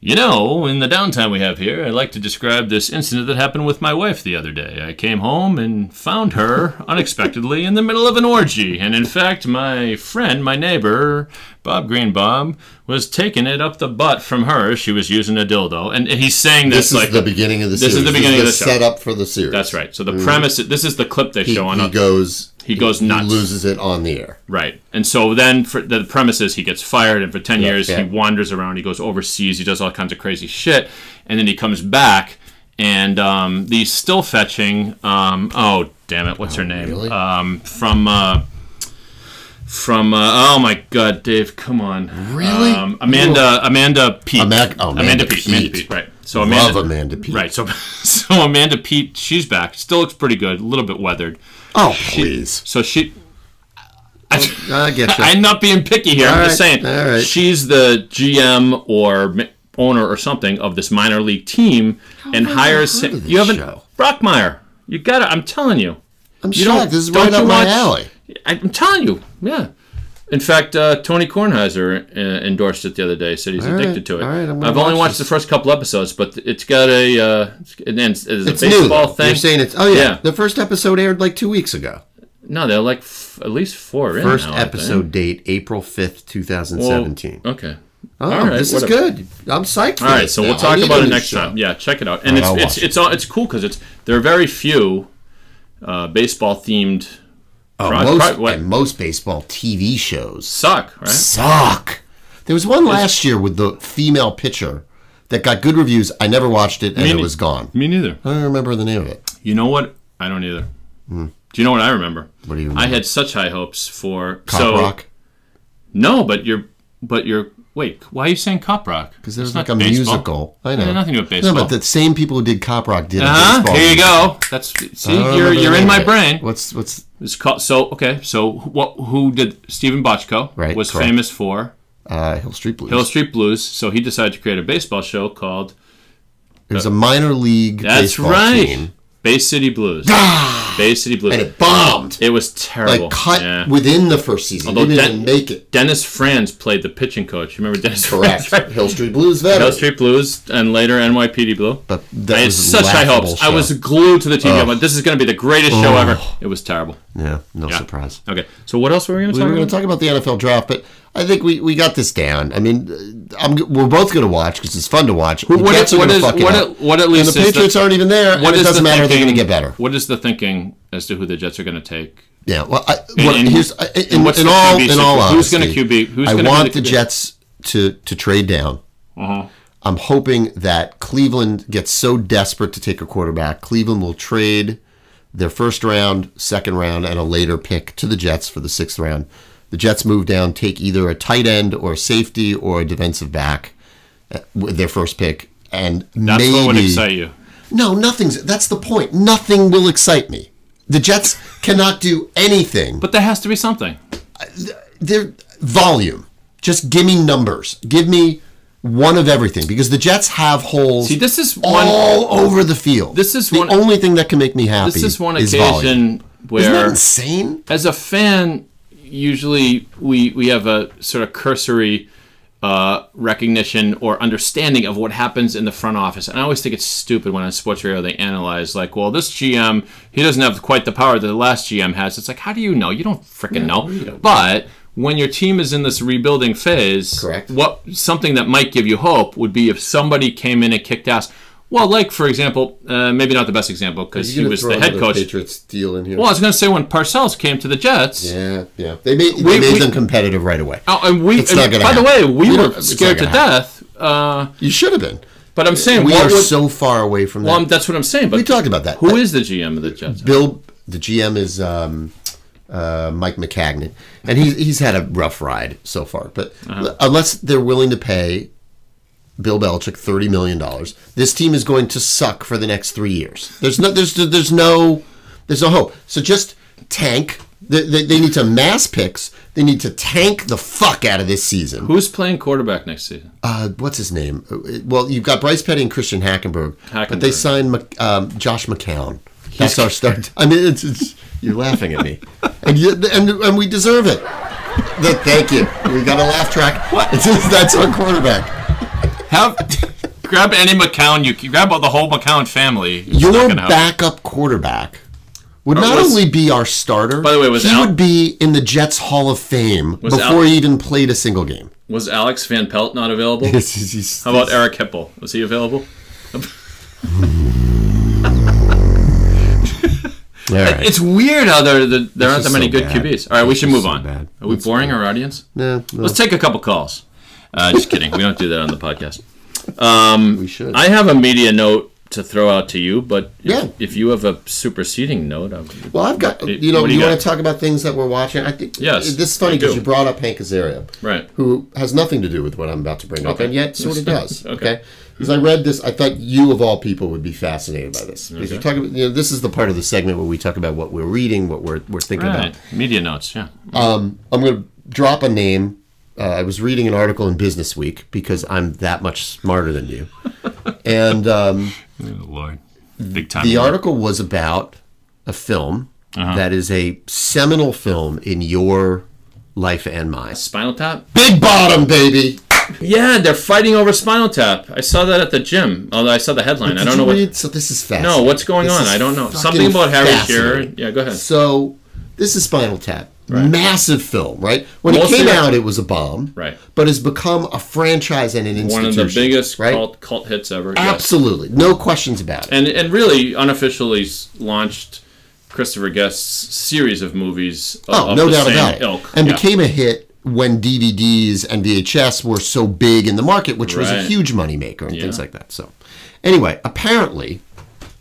Speaker 9: you know, in the downtime we have here, I'd like to describe this incident that happened with my wife the other day. I came home and found
Speaker 10: [laughs]
Speaker 9: her unexpectedly in the middle of an orgy. And in fact, my friend, my neighbor, Bob Greenbaum, was taking it up the butt from her. She was using a dildo. And he's saying this,
Speaker 10: This is
Speaker 9: like
Speaker 10: the beginning of the
Speaker 9: this is
Speaker 10: series.
Speaker 9: the beginning of
Speaker 10: the
Speaker 9: the show.
Speaker 10: setup for the series.
Speaker 9: That's right. So the premise this is the clip they
Speaker 10: He,
Speaker 9: show on
Speaker 10: he goes.
Speaker 9: he goes nuts.
Speaker 10: loses it on the air.
Speaker 9: Right. And so then for the premise is he gets fired and for 10 years
Speaker 10: yeah.
Speaker 9: he wanders around, he goes overseas, he does all kinds of crazy shit and then he comes back and um he's still fetching um oh damn it, what's her name?
Speaker 10: really?
Speaker 9: Um from uh from uh, oh my god, Dave, come on!
Speaker 10: Really?
Speaker 9: um, Amanda Amanda Pete,
Speaker 10: Ama- oh, Amanda
Speaker 9: Pete, Amanda
Speaker 10: Peet.
Speaker 9: Pete, right? So
Speaker 10: Love
Speaker 9: Amanda,
Speaker 10: Amanda Peet.
Speaker 9: right? So [laughs] so Amanda Pete, she's back, still looks pretty good, a little bit weathered.
Speaker 10: Oh
Speaker 9: She-
Speaker 10: please!
Speaker 9: so she,
Speaker 10: I
Speaker 9: [laughs]
Speaker 10: get you.
Speaker 9: I'm not being picky here. I'm
Speaker 10: All
Speaker 9: just
Speaker 10: right,
Speaker 9: saying
Speaker 10: all right.
Speaker 9: she's the GM or ma- owner or something of this minor league team and hires.
Speaker 10: heard of this
Speaker 9: you haven't
Speaker 10: show?
Speaker 9: Brockmeyer. You got to I'm telling you.
Speaker 10: I'm
Speaker 9: You
Speaker 10: shocked. This is right
Speaker 9: don't
Speaker 10: up
Speaker 9: you
Speaker 10: my
Speaker 9: watch-
Speaker 10: alley.
Speaker 9: I- I'm telling you. Yeah. In fact, uh, Tony Kornheiser uh, endorsed it the other day. Said he's
Speaker 10: All
Speaker 9: addicted
Speaker 10: right,
Speaker 9: to it.
Speaker 10: all right, I'm gonna
Speaker 9: I've only
Speaker 10: watch
Speaker 9: watched
Speaker 10: this.
Speaker 9: the first couple episodes, but it's got a uh, it's, and it's, it's a
Speaker 10: It's new.
Speaker 9: baseball
Speaker 10: though.
Speaker 9: thing.
Speaker 10: You're saying it's oh yeah,
Speaker 9: Yeah.
Speaker 10: The first episode aired like two weeks ago.
Speaker 9: no, they're like f- at least four. in
Speaker 10: First
Speaker 9: now, I think.
Speaker 10: episode date April fifth, two thousand
Speaker 9: Well,
Speaker 10: seventeen.
Speaker 9: Okay.
Speaker 10: Oh,
Speaker 9: all right,
Speaker 10: this is
Speaker 9: whatever.
Speaker 10: good. I'm psyched. For
Speaker 9: All right,
Speaker 10: this
Speaker 9: so
Speaker 10: now.
Speaker 9: we'll
Speaker 10: I
Speaker 9: talk
Speaker 10: need
Speaker 9: about
Speaker 10: a
Speaker 9: it
Speaker 10: new
Speaker 9: next
Speaker 10: show.
Speaker 9: time. Yeah, check it out. And
Speaker 10: All
Speaker 9: it's
Speaker 10: right, I'll
Speaker 9: it's
Speaker 10: watch
Speaker 9: it's all, it's cool because it's there are very few uh, baseball themed
Speaker 10: Oh,
Speaker 9: Pro-
Speaker 10: most
Speaker 9: pro- what?
Speaker 10: and most baseball TV shows
Speaker 9: suck right.
Speaker 10: suck. There was one last year with the female pitcher that got good reviews. I never watched it, and it
Speaker 9: ne-
Speaker 10: was gone.
Speaker 9: Me neither.
Speaker 10: I don't remember the name of it.
Speaker 9: You know what? I don't either.
Speaker 10: Hmm.
Speaker 9: Do you know what I remember?
Speaker 10: What do you
Speaker 9: I
Speaker 10: remember?
Speaker 9: had such high hopes for
Speaker 10: Cop
Speaker 9: so,
Speaker 10: Rock.
Speaker 9: No, but you're but you're wait. Why are you saying cop rock?
Speaker 10: Because there's
Speaker 9: It's
Speaker 10: like
Speaker 9: not
Speaker 10: a
Speaker 9: baseball.
Speaker 10: musical. I know.
Speaker 9: Yeah, nothing to do with
Speaker 10: No,
Speaker 9: baseball.
Speaker 10: but the same people who did Cop Rock did a
Speaker 9: Uh-huh.
Speaker 10: baseball. Oh,
Speaker 9: Here you
Speaker 10: movie.
Speaker 9: go. That's
Speaker 10: I
Speaker 9: see,
Speaker 10: don't
Speaker 9: you're
Speaker 10: remember the
Speaker 9: you're in
Speaker 10: name
Speaker 9: my
Speaker 10: of it.
Speaker 9: brain.
Speaker 10: What's what's
Speaker 9: It's called so okay. So what? Who did Stephen Bochco
Speaker 10: Right,
Speaker 9: was
Speaker 10: correct.
Speaker 9: famous for?
Speaker 10: uh, Hill Street Blues?
Speaker 9: Hill Street Blues. So he decided to create a baseball show called
Speaker 10: It was a minor league
Speaker 9: That's
Speaker 10: baseball
Speaker 9: right,
Speaker 10: team,
Speaker 9: Bay City Blues. Bay City Blues.
Speaker 10: and it bombed.
Speaker 9: It was
Speaker 10: Like
Speaker 9: terrible.
Speaker 10: cut
Speaker 9: Yeah.
Speaker 10: within the first season.
Speaker 9: Although
Speaker 10: they didn't
Speaker 9: that-
Speaker 10: even make it.
Speaker 9: Dennis Franz played the pitching coach. You remember Dennis [laughs]
Speaker 10: Correct.
Speaker 9: Franz?
Speaker 10: Hill Street Blues veteran.
Speaker 9: Hill Street Blues and later NYPD Blue.
Speaker 10: But that
Speaker 9: I had
Speaker 10: was a
Speaker 9: such high
Speaker 10: laughable
Speaker 9: hopes. I
Speaker 10: show.
Speaker 9: was glued to the TV. I went, this is going to be the greatest show ever. It was terrible.
Speaker 10: Yeah, no surprise.
Speaker 9: Okay, so what else were we going to
Speaker 10: We
Speaker 9: talk
Speaker 10: were going
Speaker 9: about?
Speaker 10: to talk about the NFL draft, but I think we, we got this down. I mean, uh, I'm, g- we're both going to watch because it's fun to watch. Who,
Speaker 9: what is- what is- what at- what at least
Speaker 10: and the
Speaker 9: is the-
Speaker 10: Patriots aren't even there. and
Speaker 9: is
Speaker 10: it
Speaker 9: the
Speaker 10: doesn't matter. they're going
Speaker 9: thinking-
Speaker 10: to get better.
Speaker 9: What is the thinking as to who the Jets are going to take?
Speaker 10: Yeah. Well, I,
Speaker 9: And-
Speaker 10: what,
Speaker 9: and-
Speaker 10: here's I-
Speaker 9: and
Speaker 10: in,
Speaker 9: what's
Speaker 10: in
Speaker 9: the
Speaker 10: all
Speaker 9: QB
Speaker 10: in all honesty,
Speaker 9: Who's gonna QB? Who's
Speaker 10: I
Speaker 9: gonna Uh-huh. be
Speaker 10: want
Speaker 9: the
Speaker 10: the,
Speaker 9: QB?
Speaker 10: Jets to to trade down. I'm hoping that Cleveland gets so desperate to take a quarterback, Cleveland will trade their first round, second round, and a later pick to the Jets for the sixth round. The Jets move down, take either a tight end or a safety or a defensive back uh, with their first pick, and
Speaker 9: That's
Speaker 10: maybe
Speaker 9: what would excite you.
Speaker 10: no, nothing's. That's the point. Nothing will excite me. The Jets [laughs] cannot do anything.
Speaker 9: But there has to be something.
Speaker 10: They're volume. Just give me numbers. Give me one of everything because the Jets have holes.
Speaker 9: See, this is one-
Speaker 10: all over the field.
Speaker 9: This is
Speaker 10: the
Speaker 9: one-
Speaker 10: only thing that can make me happy.
Speaker 9: This is one
Speaker 10: volume.
Speaker 9: occasion
Speaker 10: Isn't that
Speaker 9: where
Speaker 10: insane?
Speaker 9: as a fan, usually we we have a sort of cursory uh, recognition or understanding of what happens in the front office. And I always think it's stupid when on sports radio they analyze like, well, this GM he doesn't have quite the power that the last GM has. It's like, how do you know? You don't freaking know. But when your team is in this rebuilding phase,
Speaker 1: Correct.
Speaker 9: what something that might give you hope would be if somebody came in and kicked ass. Well, like for example, uh, maybe not the best example because
Speaker 1: You
Speaker 9: he
Speaker 1: gonna
Speaker 9: was
Speaker 1: throw
Speaker 9: the head
Speaker 1: another
Speaker 9: coach.
Speaker 1: Patriots deal in here.
Speaker 9: Well, I was going to say when Parcells came to the Jets.
Speaker 1: yeah, yeah. They made, they
Speaker 9: We-
Speaker 1: made
Speaker 9: we-
Speaker 1: them competitive right away.
Speaker 9: Oh, and we,
Speaker 10: It's not
Speaker 9: and
Speaker 10: gonna
Speaker 9: by the way,
Speaker 10: happen.
Speaker 9: we
Speaker 10: We don't-
Speaker 9: were
Speaker 10: it's
Speaker 9: scared to
Speaker 10: not gonna
Speaker 9: death. Uh,
Speaker 10: You should have been.
Speaker 9: but I'm saying
Speaker 10: we
Speaker 9: what
Speaker 10: are
Speaker 9: would-
Speaker 10: so far away from
Speaker 9: Well, I'm-
Speaker 10: that.
Speaker 9: that's what I'm saying. But
Speaker 10: we talked about that.
Speaker 9: Who is the GM of the Jets?
Speaker 10: Bill? The GM is um, uh, Mike McCagnon, and he's he's had a rough ride so far. But
Speaker 9: Uh-huh.
Speaker 10: unless they're willing to pay Bill Belichick thirty million dollars, this team is going to suck for the next three years. There's no there's there's no there's no hope. So just tank. They, they, they need to mass picks. They need to tank the fuck out of this season.
Speaker 9: Who's playing quarterback next season?
Speaker 10: uh, what's his name? Uh, Well, you've got Bryce Petty and Christian Hackenberg, but they
Speaker 9: Hackenberg.
Speaker 10: signed Mc- um, Josh McCown. That's our start. I mean, it's, it's you're laughing at me, and you, and and we deserve it. The- thank you. We got a laugh track. It's, [laughs] that's our quarterback. How
Speaker 9: grab any McCown. You can grab the whole McCown family. It's not
Speaker 10: your
Speaker 9: gonna help.
Speaker 10: backup quarterback would not
Speaker 9: was-
Speaker 10: only be our starter.
Speaker 9: By the way, was
Speaker 10: he
Speaker 9: Al-
Speaker 10: would be in the Jets Hall of Fame
Speaker 9: Was
Speaker 10: before
Speaker 9: Al-
Speaker 10: he even played a single game. [laughs]
Speaker 9: Was Alex Van Pelt not available?
Speaker 10: He's- he's-
Speaker 9: How about Eric Hipple? Was he available?
Speaker 10: All right.
Speaker 9: It's weird how there there, there aren't that
Speaker 10: is
Speaker 9: many
Speaker 10: so
Speaker 9: good
Speaker 10: bad.
Speaker 9: QBs. All right, we
Speaker 10: This
Speaker 9: should
Speaker 10: is
Speaker 9: move
Speaker 10: so
Speaker 9: on.
Speaker 10: bad.
Speaker 9: Are we boring our audience?
Speaker 10: Nah, no,
Speaker 9: Let's take a couple calls. Uh, just kidding. We don't do that on the podcast.
Speaker 10: we should.
Speaker 9: I have a media note to throw out to you, but if,
Speaker 10: Yeah.
Speaker 9: if you have a superseding note, I would,
Speaker 10: Well, I've got
Speaker 9: What-
Speaker 10: you know.
Speaker 9: what do
Speaker 10: you
Speaker 9: you
Speaker 10: want
Speaker 9: got?
Speaker 10: to talk about things that we're watching? I think
Speaker 9: Yes,
Speaker 10: This is funny
Speaker 9: I do.
Speaker 10: because you brought up Hank Azaria,
Speaker 9: Right.
Speaker 10: Who has nothing to do with what I'm about to bring up,
Speaker 9: Okay.
Speaker 10: and yet sort of does.
Speaker 9: [laughs] Okay.
Speaker 10: okay. Because I read this, I thought you of all people would be fascinated by this. Because you're talking about, you know, this is the part of the segment where we talk about what we're reading, what we're we're thinking
Speaker 9: right.
Speaker 10: about. Um,
Speaker 9: media notes. Yeah,
Speaker 10: I'm going to drop a name. Uh, I was reading an article in Business Week because I'm that much smarter than
Speaker 9: [laughs]
Speaker 10: you, and. Um,
Speaker 9: Lord, big time.
Speaker 10: the article was about a film
Speaker 9: Uh-huh.
Speaker 10: that is a seminal film in your life and mine.
Speaker 9: Spinal Tap.
Speaker 10: Big Bottom, baby.
Speaker 9: Yeah, they're fighting over Spinal Tap. I saw that at the gym. Although I saw the headline. I
Speaker 10: Did
Speaker 9: don't
Speaker 10: you
Speaker 9: know what.
Speaker 10: read- So this is fast.
Speaker 9: No, what's going on? I don't know. Something about Harry Shearer. Yeah, go ahead.
Speaker 10: So this is Spinal Tap. Massive film, right? When
Speaker 9: Mostly-
Speaker 10: it came out, it was a bomb,
Speaker 9: Right.
Speaker 10: But has become a franchise and an institution.
Speaker 9: One of the biggest
Speaker 10: right?
Speaker 9: cult, cult hits ever. yes.
Speaker 10: Absolutely, no questions about it.
Speaker 9: and and really unofficially s- launched Christopher Guest's series of movies. Of,
Speaker 10: Oh,
Speaker 9: of
Speaker 10: no
Speaker 9: the
Speaker 10: doubt
Speaker 9: same
Speaker 10: about it.
Speaker 9: Ilk.
Speaker 10: And
Speaker 9: Yeah.
Speaker 10: became a hit when DVDs and VHS were so big in the market, which was a
Speaker 9: Right.
Speaker 10: huge moneymaker and things
Speaker 9: Yeah.
Speaker 10: like that. So, anyway, apparently,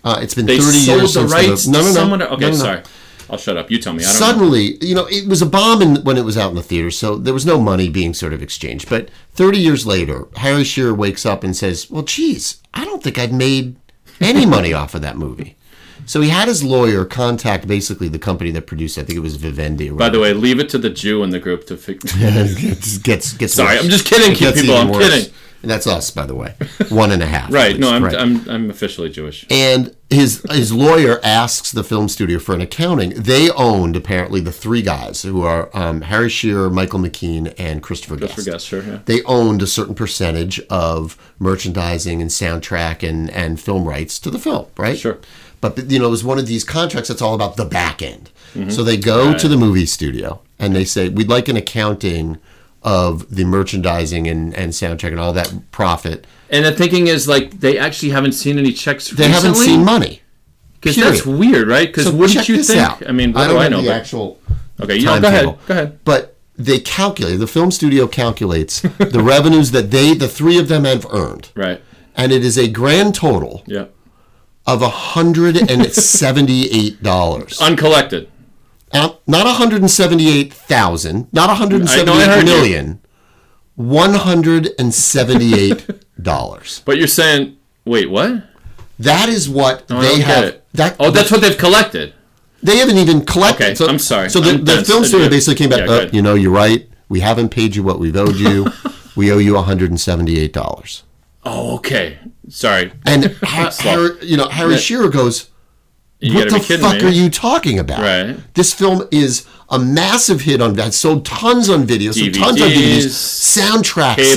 Speaker 10: uh, it's been
Speaker 9: they
Speaker 10: 30
Speaker 9: sold
Speaker 10: years
Speaker 9: the
Speaker 10: since
Speaker 9: rights
Speaker 10: the, no, no,
Speaker 9: to
Speaker 10: no,
Speaker 9: someone. Okay,
Speaker 10: no, no, no.
Speaker 9: sorry. I'll shut up. You tell me. I don't know.
Speaker 10: Suddenly, you know, it was a bomb in, when it was out in the theater, so there was no money being sort of exchanged. But 30 years later, Harry Shearer wakes up and says, Well, geez, I don't think I'd made any money [laughs] off of that movie. So he had his lawyer contact basically the company that produced it. I think it was Vivendi. Or
Speaker 9: By the way, leave it to the Jew in the group to
Speaker 10: [laughs]
Speaker 9: fix.
Speaker 10: gets, gets, gets
Speaker 9: Sorry,
Speaker 10: worse.
Speaker 9: I'm just kidding,
Speaker 10: It gets
Speaker 9: people,
Speaker 10: even
Speaker 9: I'm
Speaker 10: worse.
Speaker 9: kidding.
Speaker 10: And that's us, by the way. One and
Speaker 9: [laughs]
Speaker 10: a half. at
Speaker 9: right. No,
Speaker 10: least,
Speaker 9: I'm, I'm I'm officially Jewish.
Speaker 10: and his his lawyer asks the film studio for an accounting. They owned apparently the three guys who are um, Harry Shearer, Michael McKean, and Christopher Guest.
Speaker 9: Christopher Guest, sure. Yeah.
Speaker 10: They owned a certain percentage of merchandising and soundtrack and, and film rights to the film, right?
Speaker 9: Sure.
Speaker 10: But you know, it was one of these contracts that's all about the back end.
Speaker 9: Mm-hmm.
Speaker 10: So they go to the movie studio and they say, "We'd like an accounting of the merchandising and, and soundtrack and all that profit."
Speaker 9: And the thinking is like they actually haven't seen any checks.
Speaker 10: They haven't seen money.
Speaker 9: because that's
Speaker 10: period.
Speaker 9: weird, right? Because
Speaker 10: So
Speaker 9: wouldn't
Speaker 10: check
Speaker 9: you
Speaker 10: this
Speaker 9: think?
Speaker 10: out.
Speaker 9: I mean, what
Speaker 10: I
Speaker 9: do
Speaker 10: don't
Speaker 9: I
Speaker 10: have
Speaker 9: know?
Speaker 10: the
Speaker 9: but-
Speaker 10: actual
Speaker 9: okay, you know, go ahead.
Speaker 10: timetable.
Speaker 9: Go ahead.
Speaker 10: But they calculate the film studio calculates the revenues that they the three of them have earned.
Speaker 9: Right.
Speaker 10: And it is a grand total
Speaker 9: Yeah.
Speaker 10: of hundred and
Speaker 9: [laughs]
Speaker 10: seventy-eight dollars.
Speaker 9: Uncollected.
Speaker 10: Not one hundred and seventy-eight thousand, not one hundred and seventy-eight
Speaker 9: heard you.
Speaker 10: million. One hundred and seventy-eight dollars.
Speaker 9: [laughs] But you're saying, wait, what?
Speaker 10: that is what
Speaker 9: No, I
Speaker 10: they
Speaker 9: don't
Speaker 10: have.
Speaker 9: get it. oh, that's what they've collected.
Speaker 10: They haven't even collected.
Speaker 9: Okay, I'm sorry.
Speaker 10: So the,
Speaker 9: I'm
Speaker 10: the
Speaker 9: dense.
Speaker 10: film studio
Speaker 9: Yeah.
Speaker 10: basically came back.
Speaker 9: Yeah, go
Speaker 10: uh,
Speaker 9: ahead.
Speaker 10: you know, you're right. We haven't paid you what we've
Speaker 9: [laughs]
Speaker 10: owed you. we owe you 178 dollars.
Speaker 9: Oh, okay. Sorry. [laughs]
Speaker 10: And Har- Har- you know, Harry Shearer goes,
Speaker 9: You
Speaker 10: "What
Speaker 9: gotta
Speaker 10: the
Speaker 9: be kidding
Speaker 10: fuck
Speaker 9: me.
Speaker 10: are you talking about?
Speaker 9: Right.
Speaker 10: This film is a massive hit on that sold tons on video, sold tons on
Speaker 9: DVDs,
Speaker 10: DVDs, soundtrack
Speaker 9: cable.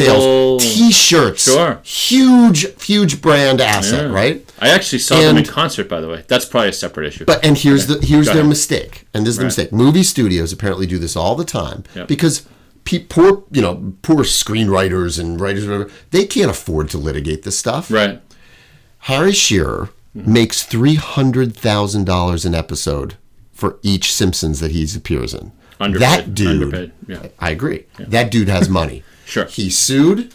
Speaker 10: sales, T-shirts,
Speaker 9: Sure.
Speaker 10: huge, huge brand asset,
Speaker 9: Yeah.
Speaker 10: right?
Speaker 9: I actually saw them in
Speaker 10: And-
Speaker 9: concert, by the way. That's probably a separate issue.
Speaker 10: But and here's the here's
Speaker 9: Go
Speaker 10: their
Speaker 9: ahead.
Speaker 10: mistake, and this is the
Speaker 9: Right.
Speaker 10: mistake. Movie studios apparently do this all the time
Speaker 9: Yep.
Speaker 10: because pe- poor you know poor screenwriters and writers whatever they can't afford to litigate this stuff.
Speaker 9: right,
Speaker 10: Harry Shearer
Speaker 9: Mm-hmm.
Speaker 10: makes three hundred thousand dollars an episode for each Simpsons that he appears in.
Speaker 9: Underpaid.
Speaker 10: That dude,
Speaker 9: Underpaid, yeah.
Speaker 10: I agree. That dude
Speaker 9: [laughs]
Speaker 10: has money.
Speaker 9: Sure.
Speaker 10: he sued,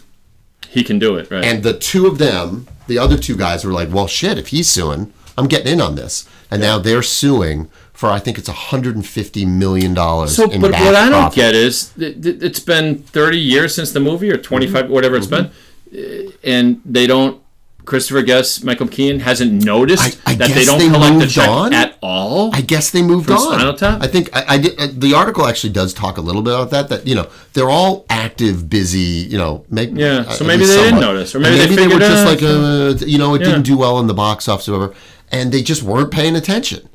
Speaker 9: he can do it. Right,
Speaker 10: and the two of them, the other two guys, were like, "Well, shit, if he's suing, I'm getting in on this." And now they're suing for I think it's 150 million dollars.
Speaker 9: So,
Speaker 10: in
Speaker 9: but
Speaker 10: back
Speaker 9: what I don't
Speaker 10: profit.
Speaker 9: get is th- th- it's been 30 years since the movie or 25,
Speaker 10: Mm-hmm.
Speaker 9: whatever it's been, uh, and they don't. Christopher Guest, Michael Keane hasn't noticed
Speaker 10: I- I
Speaker 9: that they
Speaker 10: guess
Speaker 9: don't
Speaker 10: they
Speaker 9: collect the
Speaker 10: moved
Speaker 9: check
Speaker 10: on?
Speaker 9: at all.
Speaker 10: I guess they moved
Speaker 9: From
Speaker 10: on.
Speaker 9: Spinal Tap?
Speaker 10: I think I, I did, uh, the article actually does talk a little bit about that. That you know they're all active, busy. You know, uh, maybe
Speaker 9: Yeah, so maybe they didn't notice, or maybe they
Speaker 10: were
Speaker 9: figured,
Speaker 10: just
Speaker 9: uh,
Speaker 10: like uh, you know it
Speaker 9: Yeah.
Speaker 10: didn't do well in the box office, or whatever, and they just weren't paying attention.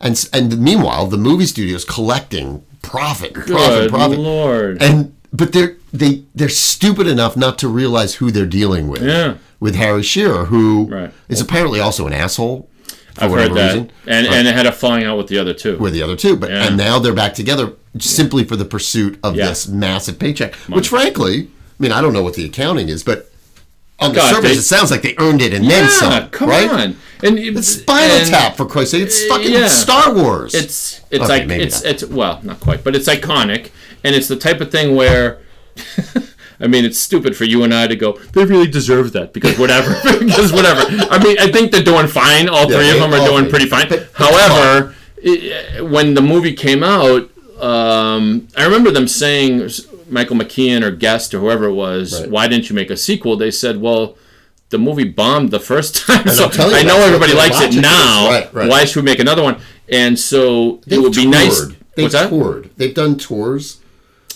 Speaker 10: And s- and meanwhile, the movie studios collecting profit, profit,
Speaker 9: Good
Speaker 10: profit.
Speaker 9: lord.
Speaker 10: And but they're they they're stupid enough not to realize who they're dealing with.
Speaker 9: Yeah.
Speaker 10: With Harry Shearer, who is
Speaker 9: Right.
Speaker 10: apparently also an asshole. For
Speaker 9: I've heard
Speaker 10: whatever
Speaker 9: that,
Speaker 10: reason Uh,
Speaker 9: and and it had a falling out with the other two.
Speaker 10: were the other two, but
Speaker 9: Yeah.
Speaker 10: and now they're back together simply for the pursuit of
Speaker 9: Yeah.
Speaker 10: this massive paycheck. Which, frankly, I mean, I don't know what the accounting is, but on the
Speaker 9: Oh, God,
Speaker 10: surface,
Speaker 9: they-
Speaker 10: it sounds like they earned it and
Speaker 9: yeah,
Speaker 10: then some.
Speaker 9: Ah, come
Speaker 10: right?
Speaker 9: on, and uh,
Speaker 10: It's Spinal Tap for Christ's sake. It's fucking
Speaker 9: yeah.
Speaker 10: Star Wars.
Speaker 9: It's it's
Speaker 10: Okay,
Speaker 9: like
Speaker 10: maybe
Speaker 9: it's
Speaker 10: not.
Speaker 9: it's well not quite, but it's iconic, and it's the type of thing where. [laughs] I mean, it's stupid for you and I to go. They really deserve that because whatever, [laughs] because whatever. I mean, I think they're doing fine. All
Speaker 10: Yeah,
Speaker 9: three of
Speaker 10: they-
Speaker 9: them are
Speaker 10: all
Speaker 9: doing
Speaker 10: three.
Speaker 9: pretty fine.
Speaker 10: But- but
Speaker 9: However, i- when the movie came out, um, I remember them saying Michael McKean or Guest or whoever it was, "Why didn't you make a sequel?" They said, "Well, the movie bombed the first [laughs] time, so
Speaker 10: I'm telling you,
Speaker 9: I know
Speaker 10: that's what
Speaker 9: everybody
Speaker 10: the
Speaker 9: likes
Speaker 10: logic
Speaker 9: it
Speaker 10: is.
Speaker 9: now.
Speaker 10: Right, right.
Speaker 9: Why should we make another one?" And so it would be nice.
Speaker 10: They've
Speaker 9: What's that?
Speaker 10: toured. They've done tours.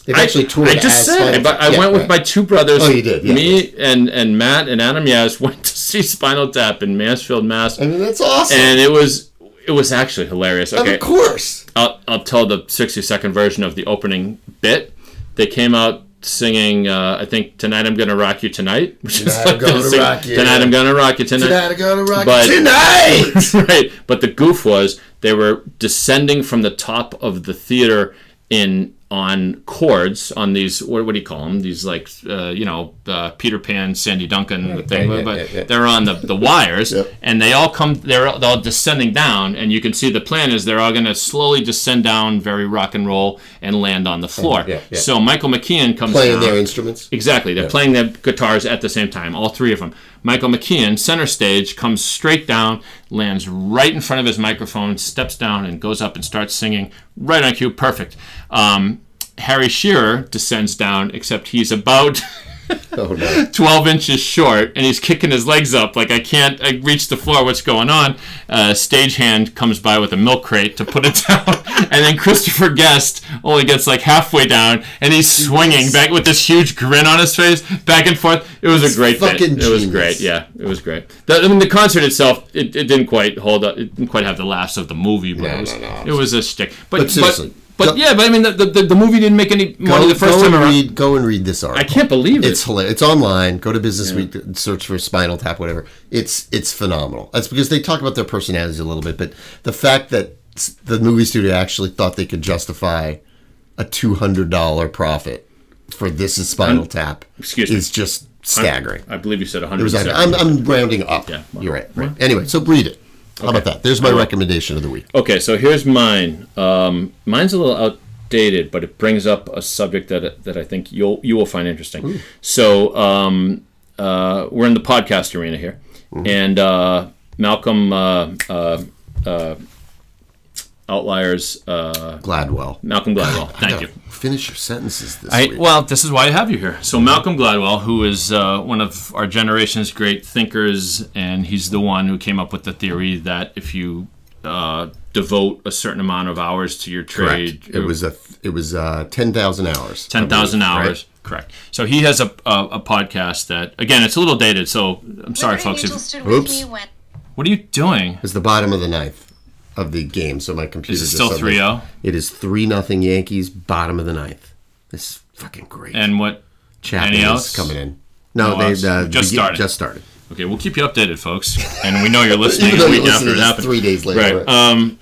Speaker 10: They've
Speaker 9: I,
Speaker 10: actually toured.
Speaker 9: I just
Speaker 10: as
Speaker 9: said,
Speaker 10: Spinal
Speaker 9: but I
Speaker 10: Tap. Yeah,
Speaker 9: went with
Speaker 10: right.
Speaker 9: my two brothers.
Speaker 10: Oh, you did, yeah,
Speaker 9: me and and Matt and Adam Yaz [laughs] went to see Spinal Tap in Mansfield, Mass.
Speaker 10: I mean, that's awesome.
Speaker 9: and it was it was actually hilarious. Okay,
Speaker 10: Of course.
Speaker 9: I'll, I'll tell the 60 second version of the opening bit. They came out singing, uh, I think, Tonight I'm Gonna Rock You Tonight. Which is
Speaker 10: Tonight I'm
Speaker 9: they're
Speaker 10: gonna
Speaker 9: singing,
Speaker 10: rock you.
Speaker 9: Tonight I'm Gonna Rock You Tonight.
Speaker 10: Tonight, I gotta rock
Speaker 9: But- [laughs]
Speaker 10: tonight.
Speaker 9: right. But the goof was they were descending from the top of the theater in on cords on these what, what do you call them these like uh, you know uh, Peter Pan Sandy Duncan thing
Speaker 10: yeah,
Speaker 9: but
Speaker 10: yeah, yeah.
Speaker 9: they're on the, the wires and they all come they're all they're all descending down and you can see the plan is they're all going to slowly descend down very rock and roll and land on the floor
Speaker 10: yeah, yeah.
Speaker 9: so Michael McKeon comes down,
Speaker 10: Playing their instruments.
Speaker 9: Exactly. They're playing their guitars at the same time, all three of them. Michael McKeon, center stage, comes straight down, lands right in front of his microphone, steps down, and goes up and starts singing right on cue. Perfect. Um, Harry Shearer descends down, except he's about. [laughs]
Speaker 10: Oh no.
Speaker 9: 12 inches short and he's kicking his legs up like i can't I reach the floor what's going on uh, stagehand comes by with a milk crate to put it [laughs] down and then christopher guest only gets like halfway down and he's swinging back with this huge grin on his face back and forth it was a great bit.
Speaker 10: fucking
Speaker 9: it was
Speaker 10: genius.
Speaker 9: great yeah it was great the, i mean the concert itself it, it didn't quite hold up it didn't quite have the laughs of the movie but
Speaker 10: No,
Speaker 9: it, was,
Speaker 10: no, no.
Speaker 9: it was a stick but,
Speaker 10: But seriously,
Speaker 9: but, but
Speaker 10: go-
Speaker 9: yeah but i mean the, the, the movie didn't make any money
Speaker 10: Go-
Speaker 9: the first
Speaker 10: go
Speaker 9: time
Speaker 10: and
Speaker 9: around
Speaker 10: read, go and read this article.
Speaker 9: i can't believe it
Speaker 10: It's hilarious. It's online. Go to Business Week, search for Spinal Tap, whatever. It's it's phenomenal. That's because they talk about their personalities a little bit, but the fact that s- the movie studio actually thought they could justify a two hundred dollar profit for this is Spinal Tap
Speaker 9: excuse me.
Speaker 10: is just staggering.
Speaker 9: I believe you said
Speaker 10: It
Speaker 9: 100.
Speaker 10: was under- I'm, I'm rounding up.
Speaker 9: Yeah.
Speaker 10: You're right. Right. Anyway, so read it. How about that? There's my recommendation of the week.
Speaker 9: okay, so here's mine. Um, mine's a little outdated, but it brings up a subject that that I think you'll you will find interesting. So um, uh, we're in the podcast arena here,
Speaker 10: Mm-hmm.
Speaker 9: and uh, Malcolm uh, uh, uh, Outliers uh,
Speaker 10: Gladwell.
Speaker 9: Malcolm
Speaker 10: [sighs]
Speaker 9: Gladwell. Thank
Speaker 10: Yeah,
Speaker 9: you.
Speaker 10: Finish your sentences this
Speaker 9: I,
Speaker 10: week.
Speaker 9: well, this is why I have you here. So Malcolm Gladwell, who is uh, one of our generation's great thinkers, and he's the one who came up with the theory that if you uh, devote a certain amount of hours to your trade,
Speaker 10: Correct. It was a th- it was uh, ten thousand hours. I
Speaker 9: ten thousand
Speaker 10: believe, right?
Speaker 9: hours. Correct. So he has a, a a podcast that again, it's a little dated. So I'm sorry, folks. If,
Speaker 10: Oops.
Speaker 9: what are you doing?
Speaker 10: It's the bottom of the ninth of the game, so my computer
Speaker 9: Is it
Speaker 10: just
Speaker 9: still oh?
Speaker 10: suddenly-
Speaker 9: 3-0?
Speaker 10: It is three nothing Yankees, bottom of the ninth. This is fucking great.
Speaker 9: And what?
Speaker 10: Chapman
Speaker 9: any
Speaker 10: is
Speaker 9: else?
Speaker 10: coming in. No,
Speaker 9: No,
Speaker 10: they
Speaker 9: us.
Speaker 10: uh,
Speaker 9: Just
Speaker 10: begi-
Speaker 9: started.
Speaker 10: Just started.
Speaker 9: Okay, we'll keep you updated, folks. And we know
Speaker 10: [laughs]
Speaker 9: you're listening a
Speaker 10: Even though you're
Speaker 9: week after
Speaker 10: listening
Speaker 9: it
Speaker 10: to this
Speaker 9: happened.
Speaker 10: three days later.
Speaker 9: Right.
Speaker 10: right.
Speaker 9: Um,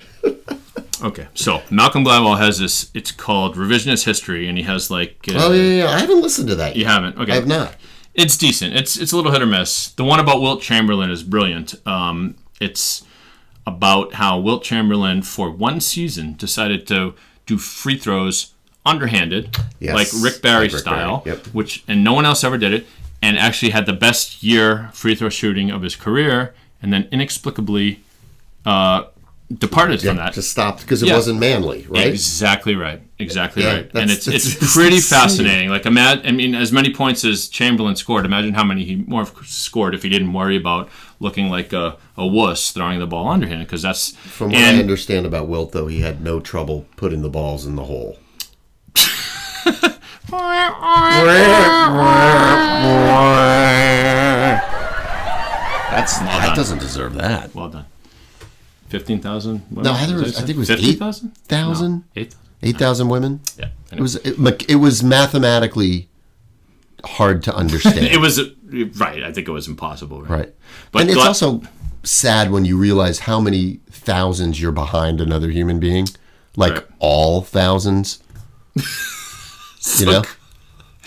Speaker 9: [laughs] okay, so Malcolm Gladwell has this. It's called Revisionist History, and he has like. Uh,
Speaker 10: oh yeah, yeah, yeah. I haven't listened to that.
Speaker 9: You
Speaker 10: yet.
Speaker 9: haven't. Okay.
Speaker 10: I have not.
Speaker 9: It's decent. It's it's a little hit or miss. The one about Wilt Chamberlain is brilliant. Um, it's about how Wilt Chamberlain, for one season, decided to do free throws underhanded,
Speaker 10: Yes,
Speaker 9: like Rick Barry
Speaker 10: like Rick Barry,
Speaker 9: style,
Speaker 10: yep.
Speaker 9: which and no one else ever did it, and actually had the best year free throw shooting of his career, and then inexplicably uh, departed from that.
Speaker 10: Just stopped because it
Speaker 9: Yeah.
Speaker 10: wasn't manly, right?
Speaker 9: Exactly right. Exactly
Speaker 10: Yeah,
Speaker 9: right. And
Speaker 10: that's-
Speaker 9: it's
Speaker 10: that's- [laughs]
Speaker 9: it's pretty
Speaker 10: that's insane.
Speaker 9: fascinating. Like imagine, I mean, as many points as Chamberlain scored, imagine how many he more of course scored if he didn't worry about looking like a, a wuss throwing the ball underhand because that's
Speaker 10: From what I understand about Wilt, though, he had no trouble putting the balls in the hole. That's that doesn't deserve that.
Speaker 9: well done. Fifteen thousand.
Speaker 10: No, I think it was- I think it was eight thousand?
Speaker 9: Eight.
Speaker 10: Eight thousand women.
Speaker 9: Yeah.
Speaker 10: It was it, mech- it was mathematically hard to understand.
Speaker 9: [laughs] It was right. I think it was impossible. Right.
Speaker 10: right,
Speaker 9: But
Speaker 10: and it's
Speaker 9: Gla-
Speaker 10: also sad when you realize how many thousands you're behind another human being, like
Speaker 9: Right.
Speaker 10: all
Speaker 9: [laughs]
Speaker 10: thousands. you know,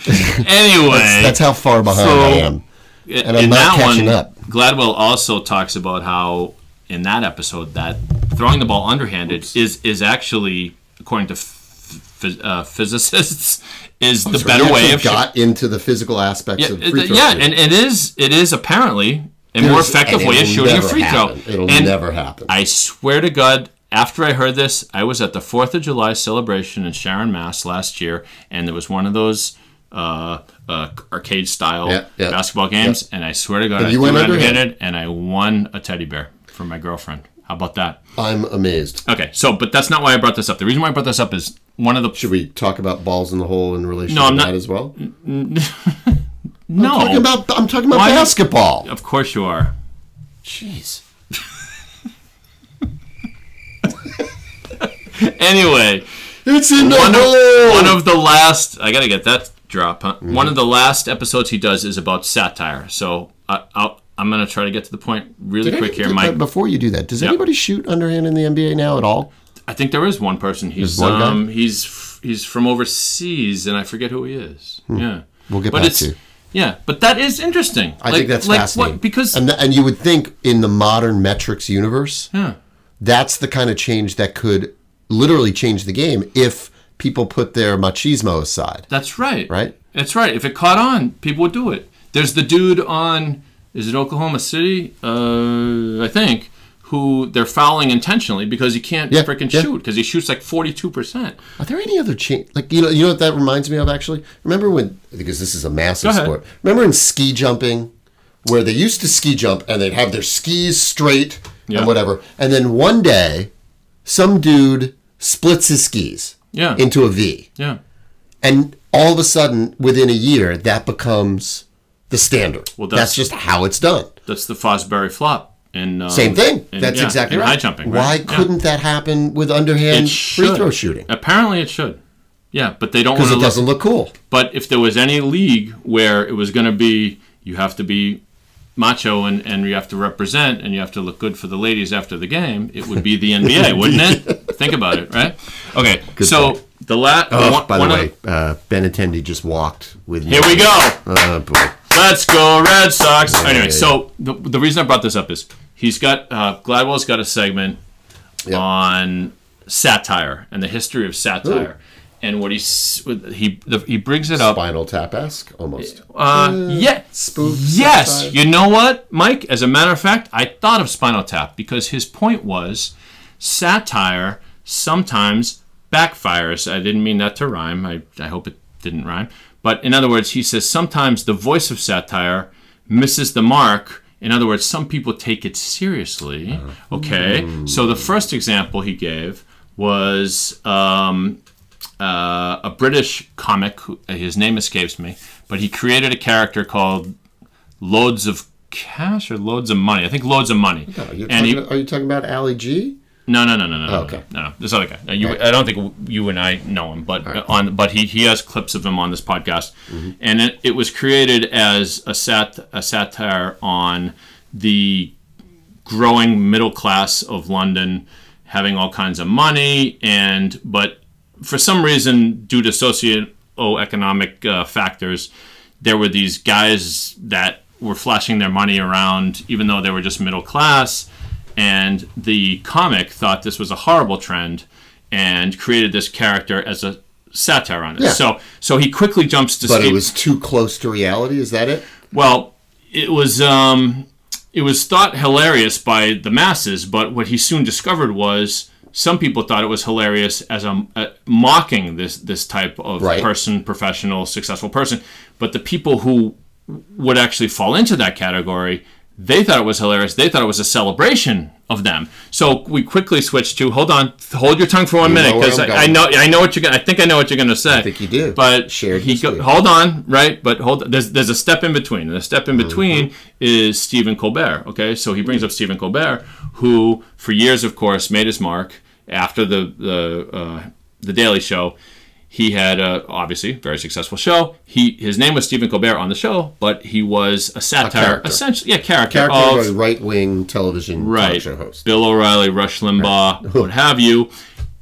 Speaker 9: Anyway,
Speaker 10: that's how far behind
Speaker 9: So-
Speaker 10: I am.
Speaker 9: and
Speaker 10: I'm
Speaker 9: in
Speaker 10: not
Speaker 9: that
Speaker 10: catching
Speaker 9: one,
Speaker 10: up.
Speaker 9: Gladwell also talks about how in that episode that throwing the ball underhanded is is actually, according to f- phys- uh, physicists, [laughs] is the
Speaker 10: Oh, So
Speaker 9: better
Speaker 10: we
Speaker 9: way
Speaker 10: actually
Speaker 9: of shooting.
Speaker 10: got into the physical aspects
Speaker 9: yeah,
Speaker 10: of free
Speaker 9: it-
Speaker 10: throw
Speaker 9: yeah,
Speaker 10: shooting.
Speaker 9: and it is it is apparently a more
Speaker 10: There's-
Speaker 9: effective
Speaker 10: and
Speaker 9: way of
Speaker 10: it'll
Speaker 9: shooting a
Speaker 10: never
Speaker 9: free
Speaker 10: happen.
Speaker 9: throw.
Speaker 10: It'll
Speaker 9: And
Speaker 10: never happen.
Speaker 9: I swear to God, after I heard this, I was at the Fourth of July celebration in Sharon, Mass. last year, and there was one of those uh, uh, arcade style
Speaker 10: Yeah, yeah.
Speaker 9: basketball games. And I swear to God,
Speaker 10: And
Speaker 9: I
Speaker 10: you
Speaker 9: threw
Speaker 10: went
Speaker 9: it
Speaker 10: underhand.
Speaker 9: underhanded, and I won a teddy bear from my girlfriend. How about that?
Speaker 10: I'm amazed.
Speaker 9: Okay, so but that's not why I brought this up. The reason why I brought this up is one of the
Speaker 10: Should we talk about balls in the hole in relation
Speaker 9: No,
Speaker 10: to
Speaker 9: I'm
Speaker 10: that
Speaker 9: not-
Speaker 10: as
Speaker 9: [laughs]
Speaker 10: well?
Speaker 9: no.
Speaker 10: I'm talking about, I'm talking about
Speaker 9: Why-
Speaker 10: basketball.
Speaker 9: [laughs] Of course you are. Jeez. [laughs] anyway,
Speaker 10: It's in the
Speaker 9: one
Speaker 10: hole.
Speaker 9: of, one of the last I gotta get that drop. Huh?
Speaker 10: Mm-hmm.
Speaker 9: One of the last episodes he does is about satire. So I, I'll, I'm gonna try to get to the point really
Speaker 10: Did
Speaker 9: quick
Speaker 10: any-
Speaker 9: here,
Speaker 10: did-
Speaker 9: Mike.
Speaker 10: but Before you do that, does anybody shoot underhand in the NBA now at all?
Speaker 9: I think there is one person. He's
Speaker 10: one guy?
Speaker 9: um he's f- he's from overseas, and I forget who he is. Yeah,
Speaker 10: Hmm. We'll get
Speaker 9: but
Speaker 10: back
Speaker 9: it's,
Speaker 10: to you.
Speaker 9: Yeah, but that is interesting.
Speaker 10: I think that's fascinating.
Speaker 9: because
Speaker 10: and, th- and you would think in the modern metrics universe,
Speaker 9: yeah.
Speaker 10: that's the kind of change that could literally change the game if people put their machismo aside.
Speaker 9: That's right.
Speaker 10: Right?
Speaker 9: That's right. If it caught on, people would do it. There's the dude on is it Oklahoma City? Uh, I think who they're fouling intentionally because he can't
Speaker 10: Yeah,
Speaker 9: freaking
Speaker 10: yeah.
Speaker 9: shoot because he shoots like 42%.
Speaker 10: Are there any other change? Like you know, you know what that reminds me of actually. Remember when? Because this is a massive
Speaker 9: Go ahead.
Speaker 10: sport. Remember in ski jumping, where they used to ski jump and they'd have their skis straight
Speaker 9: Yeah.
Speaker 10: and whatever, and then one day, some dude splits his skis
Speaker 9: Yeah.
Speaker 10: into a V,
Speaker 9: Yeah.
Speaker 10: and all of a sudden, within a year, that becomes the standard.
Speaker 9: Well, that's-
Speaker 10: that's, just how it's done.
Speaker 9: That's the Fosbury flop. And um,
Speaker 10: Same thing.
Speaker 9: in-
Speaker 10: that's
Speaker 9: yeah,
Speaker 10: exactly
Speaker 9: in
Speaker 10: right.
Speaker 9: High jumping.
Speaker 10: Why
Speaker 9: right? Yeah.
Speaker 10: couldn't that happen with underhand
Speaker 9: it
Speaker 10: free
Speaker 9: should.
Speaker 10: throw shooting?
Speaker 9: Apparently it should. Yeah, but they don't want
Speaker 10: Because
Speaker 9: to
Speaker 10: it doesn't look cool.
Speaker 9: But if there was any league where it was going to be, you have to be macho and, and you have to represent and you have to look good for the ladies after the game, it would
Speaker 10: [laughs]
Speaker 9: be the NBA, wouldn't it? Think about it, right? Okay, so
Speaker 10: point.
Speaker 9: the last.
Speaker 10: Oh, by the way, uh, Ben Attendee just walked with me.
Speaker 9: here we go.
Speaker 10: Oh, boy.
Speaker 9: Let's go Red Sox.
Speaker 10: Yeah,
Speaker 9: anyway,
Speaker 10: yeah,
Speaker 9: so the, the reason I brought this up is he's got uh, Gladwell's got a segment
Speaker 10: Yeah.
Speaker 9: Uh, on satire and the history of satire. And what he's he the, he brings it up
Speaker 10: Spinal Tap esque almost.
Speaker 9: Uh, yeah.
Speaker 10: spoof
Speaker 9: Yes.
Speaker 10: satire.
Speaker 9: You know what, Mike? As a matter of fact, I thought of Spinal Tap because his point was satire sometimes backfires. I didn't mean that to rhyme. I, I hope it didn't rhyme. But in other words, he says sometimes the voice of satire misses the mark. In other words, some people take it seriously. Okay. So the first example he gave was um, uh, a British comic. Who, his name escapes me, but he created a character called Loads of Cash or Loads of Money. I think Loads of Money.
Speaker 10: Are you
Speaker 9: and
Speaker 10: talking,
Speaker 9: he,
Speaker 10: are you talking about Ali G?
Speaker 9: No, no, no, no, no. no,
Speaker 10: okay.
Speaker 9: No, no, this other guy. Uh, You, I don't think w- you and I know him, but uh, on, but he, he has clips of him on this podcast,
Speaker 10: Mm-hmm.
Speaker 9: and it, it was created as a sat a satire on the growing middle class of London, having all kinds of money, and but for some reason, due to socioeconomic uh, factors, there were these guys that were flashing their money around, even though they were just middle class. And the comic thought this was a horrible trend and created this character as a satire on it.
Speaker 10: Yeah.
Speaker 9: So, so he quickly jumps to
Speaker 10: But it
Speaker 9: scape-
Speaker 10: was too close to reality. Is that it?
Speaker 9: well, it was um, it was thought hilarious by the masses, but what he soon discovered was some people thought it was hilarious as a, a mocking this this type of
Speaker 10: Right.
Speaker 9: person, professional, successful person. But the people who would actually fall into that category, they thought it was hilarious. They thought it was a celebration of them. So we quickly switched to hold on, hold your tongue for one
Speaker 10: You know
Speaker 9: minute
Speaker 10: where
Speaker 9: because
Speaker 10: I'm
Speaker 9: I, I
Speaker 10: going.
Speaker 9: know I know what you're gonna. I think I know what you're gonna say. I
Speaker 10: think you do.
Speaker 9: But
Speaker 10: Shared
Speaker 9: he go,
Speaker 10: history.
Speaker 9: hold on, right? But hold there's there's a step in between. And the step in between
Speaker 10: Mm-hmm.
Speaker 9: is Stephen Colbert. Okay, so he brings up Stephen Colbert, who for years, of course, made his mark after the the uh, the Daily Show. He had a obviously very successful show. He his name was Stephen Colbert on the show, but he was a satire,
Speaker 10: character.
Speaker 9: essentially, yeah, character,
Speaker 10: Character
Speaker 9: of
Speaker 10: of a right wing television talk
Speaker 9: right.
Speaker 10: show host.
Speaker 9: Bill O'Reilly, Rush Limbaugh,
Speaker 10: [laughs]
Speaker 9: what have you.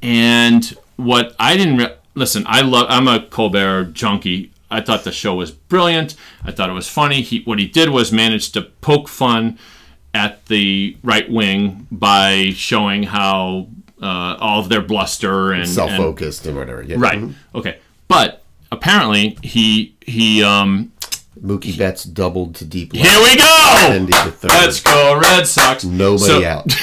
Speaker 9: And what I didn't re- listen, I love. I'm a Colbert junkie. I thought the show was brilliant. I thought it was funny. He what he did was manage to poke fun at the right wing by showing how uh, all of their bluster and
Speaker 10: Self
Speaker 9: and-
Speaker 10: focused and whatever. Yeah.
Speaker 9: right. Okay, but apparently he he um.
Speaker 10: Mookie Betts doubled to deep
Speaker 9: Here we go.
Speaker 10: Ended the third.
Speaker 9: Let's go Red Sox.
Speaker 10: Nobody
Speaker 9: So- [laughs]
Speaker 10: out.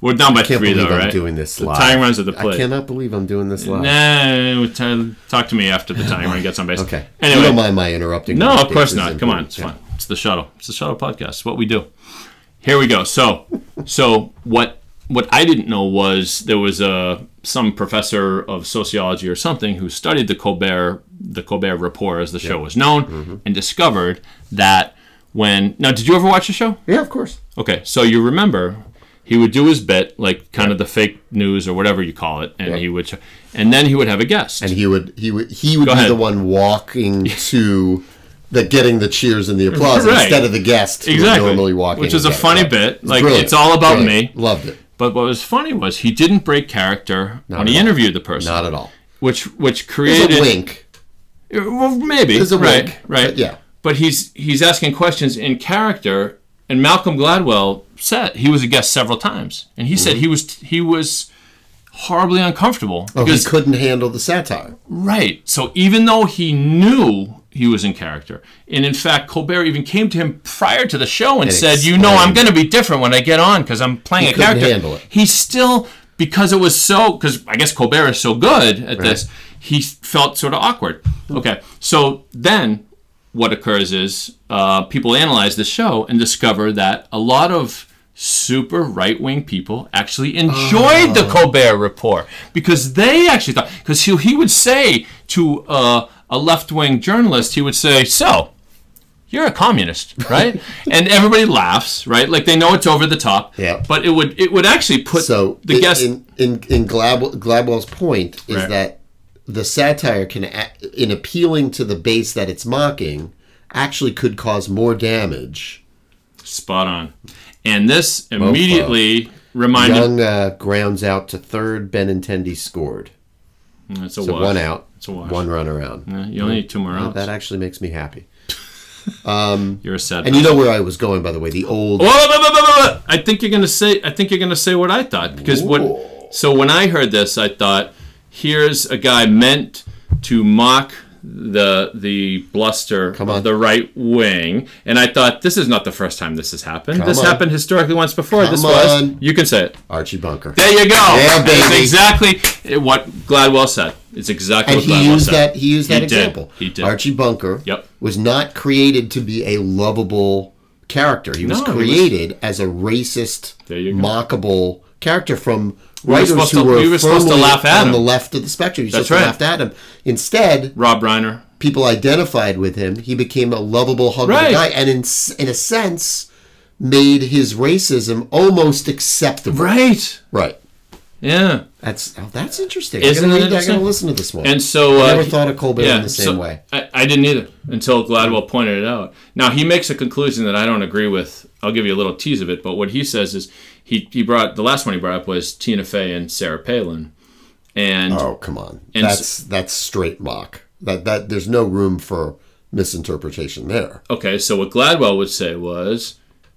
Speaker 9: We're down by
Speaker 10: can't
Speaker 9: three
Speaker 10: believe
Speaker 9: though,
Speaker 10: I'm
Speaker 9: right?
Speaker 10: doing this
Speaker 9: The
Speaker 10: live.
Speaker 9: tying runs at the plate.
Speaker 10: I cannot believe I'm doing this live.
Speaker 9: Nah, we t- talk to me after
Speaker 10: [laughs]
Speaker 9: the time when he gets on base.
Speaker 10: Okay. You don't
Speaker 9: Anyway,
Speaker 10: mind my interrupting.
Speaker 9: no,
Speaker 10: my
Speaker 9: of course
Speaker 10: dates
Speaker 9: not.
Speaker 10: and-
Speaker 9: Come on, it's
Speaker 10: Yeah.
Speaker 9: fine. It's the shuttle. It's the shuttle podcast. It's what we do. Here we go. So, so what? What I didn't know was there was a some professor of sociology or something who studied the Colbert the Colbert Report, as the show was known,
Speaker 10: Mm-hmm.
Speaker 9: and discovered that when now, did you ever watch the show?
Speaker 10: Yeah, of course.
Speaker 9: Okay, so you remember he would do his bit, like kind of the fake news or whatever you call it, and he would, and then he would have a guest.
Speaker 10: And he would he would he would
Speaker 9: Go
Speaker 10: be
Speaker 9: ahead.
Speaker 10: the one walking to the getting the cheers and the applause
Speaker 9: Right.
Speaker 10: instead of the guest who would
Speaker 9: Exactly.
Speaker 10: normally walking.
Speaker 9: Which is a funny bit. Like, it's all about me.
Speaker 10: Loved it.
Speaker 9: but what was funny was he didn't break character when he
Speaker 10: at all.
Speaker 9: interviewed the person.
Speaker 10: Not at all.
Speaker 9: Which which
Speaker 10: There's
Speaker 9: created
Speaker 10: a wink.
Speaker 9: Well, maybe
Speaker 10: There's a
Speaker 9: right,
Speaker 10: wink,
Speaker 9: right,
Speaker 10: but yeah.
Speaker 9: But he's he's asking questions in character, and Malcolm Gladwell said he was a guest several times, and he said he was he was horribly uncomfortable
Speaker 10: Mm-hmm. Oh, he
Speaker 9: because
Speaker 10: couldn't handle the satire.
Speaker 9: Right. So even though he knew he was in character, and in fact, Colbert even came to him prior to the show and, said, "You know, I'm going to be different when I get on because I'm playing a
Speaker 10: couldn't
Speaker 9: character."
Speaker 10: handle it.
Speaker 9: He still, because it was so, because I guess Colbert is so good at this, he felt sort of awkward. Okay. So then, what occurs is uh, people analyze the show and discover that a lot of super right wing people actually enjoyed
Speaker 10: Oh.
Speaker 9: the Colbert Report because they actually thought because he, he would say to uh, a left wing journalist he would say so you're a
Speaker 10: [laughs]
Speaker 9: communist right and everybody laughs right like they know it's over the top
Speaker 10: Yeah.
Speaker 9: but it would it would actually put
Speaker 10: So
Speaker 9: the
Speaker 10: in,
Speaker 9: guest
Speaker 10: in in, in Gladwell, Gladwell's point is
Speaker 9: Right.
Speaker 10: that the satire can, a- in appealing to the base that it's mocking, actually could cause more damage.
Speaker 9: spot on and this immediately reminded
Speaker 10: Young uh, grounds out to third. Benintendi scored.
Speaker 9: it's a
Speaker 10: So
Speaker 9: wash.
Speaker 10: one out,
Speaker 9: It's a wash.
Speaker 10: one run around.
Speaker 9: Yeah, you only need two more outs
Speaker 10: That actually makes
Speaker 9: [laughs]
Speaker 10: me happy. Um,
Speaker 9: you're Oh! a sad
Speaker 10: And you know where I was going, by the way. The old.
Speaker 9: Whoa, whoa, whoa, whoa, whoa, whoa. I think you're gonna say. I think you're gonna say what I thought because what. So when I heard this, I thought, here's a guy meant to mock the the bluster
Speaker 10: on.
Speaker 9: of the right wing, and I thought this is not the first time this has happened. this
Speaker 10: on.
Speaker 9: happened historically once before. this
Speaker 10: Come
Speaker 9: was.
Speaker 10: on.
Speaker 9: You can say it.
Speaker 10: Archie Bunker.
Speaker 9: There you go.
Speaker 10: Yeah,
Speaker 9: That's
Speaker 10: baby.
Speaker 9: exactly what Gladwell said. It's exactly
Speaker 10: and
Speaker 9: what Gladwell
Speaker 10: he used
Speaker 9: said.
Speaker 10: that. He used that
Speaker 9: He did.
Speaker 10: example.
Speaker 9: He did.
Speaker 10: Archie Bunker.
Speaker 9: Yep.
Speaker 10: Was not created to be a lovable character. He was
Speaker 9: No, he was-
Speaker 10: created as a racist,
Speaker 9: There you go.
Speaker 10: mockable character from
Speaker 9: were
Speaker 10: writers
Speaker 9: supposed
Speaker 10: who
Speaker 9: to-
Speaker 10: were,
Speaker 9: we were supposed to
Speaker 10: firmly
Speaker 9: laugh at
Speaker 10: on
Speaker 9: him.
Speaker 10: the left of the spectrum. You
Speaker 9: That's
Speaker 10: supposed
Speaker 9: right.
Speaker 10: to laughed at him. Instead,
Speaker 9: Rob Reiner.
Speaker 10: people identified with him. He became a lovable, huggable
Speaker 9: Right.
Speaker 10: guy, and in s- in a sense, made his racism almost acceptable.
Speaker 9: Right.
Speaker 10: Right.
Speaker 9: Yeah.
Speaker 10: That's oh, that's interesting.
Speaker 9: Isn't
Speaker 10: I'm
Speaker 9: it
Speaker 10: gonna, read that. I'm
Speaker 9: interesting?
Speaker 10: gonna listen to this one.
Speaker 9: And so uh,
Speaker 10: I never thought of Colbert in the same
Speaker 9: so-
Speaker 10: way.
Speaker 9: I, I didn't either until Gladwell pointed it out. Now he makes a conclusion that I don't agree with. I'll give you a little tease of it, but what he says is he, he brought the last one he brought up was Tina Fey and Sarah Palin, and
Speaker 10: Oh come on,
Speaker 9: And
Speaker 10: that's that's straight mock. That that there's no room for misinterpretation there.
Speaker 9: okay, so what Gladwell would say was,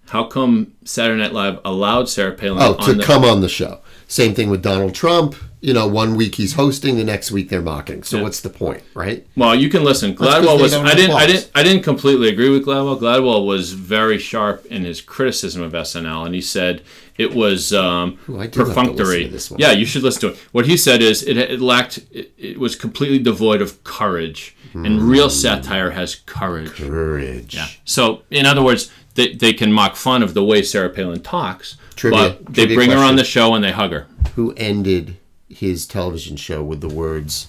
Speaker 9: how come Saturday Night Live allowed Sarah Palin
Speaker 10: Oh, to
Speaker 9: on the
Speaker 10: come on the show. Same thing with Donald Trump. You know, one week he's hosting, the next week they're mocking. So what's the point, right?
Speaker 9: Well, you can listen.
Speaker 10: That's 'cause
Speaker 9: Gladwell
Speaker 10: they
Speaker 9: was
Speaker 10: don't
Speaker 9: I didn't I
Speaker 10: applause.
Speaker 9: didn't I didn't completely agree with Gladwell. Gladwell was very sharp in his criticism of SNL and he said it was um,
Speaker 10: Ooh, I do have to listen
Speaker 9: perfunctory.
Speaker 10: to this one.
Speaker 9: Yeah, you should listen to it. What he said is it, it lacked it, it was completely devoid of courage. And real
Speaker 10: Mm.
Speaker 9: satire has courage.
Speaker 10: Courage.
Speaker 9: So, in other words, they, they can mock fun of the way Sarah Palin talks,
Speaker 10: Trivia-
Speaker 9: but they
Speaker 10: trivia
Speaker 9: bring her on
Speaker 10: question.
Speaker 9: the show and they hug her.
Speaker 10: Who ended his television show with the words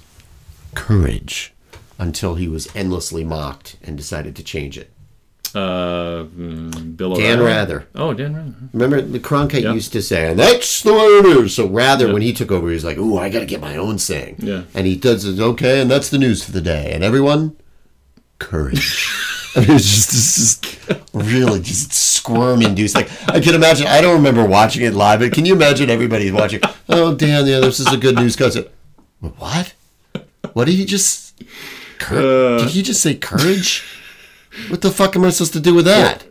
Speaker 10: courage until he was endlessly mocked and decided to change it?
Speaker 9: Uh, mm, Bill
Speaker 10: Dan
Speaker 9: O'Reilly.
Speaker 10: Rather.
Speaker 9: Oh, Dan Rather.
Speaker 10: Remember, the Cronkite used to say, and that's the way it is. So rather, when he took over, he was like, ooh, I got to get my own saying.
Speaker 9: Yeah.
Speaker 10: And he does it, okay, and that's the news for the day. And everyone, courage. [laughs] I mean, it's just, it's just really just squirm induced. Like, I can imagine, I don't remember watching it live, but can you imagine everybody watching? Oh, Dan, yeah, this is a good news concert. What? What did he just. Cur- did he just say courage? What the fuck am I supposed to do with that?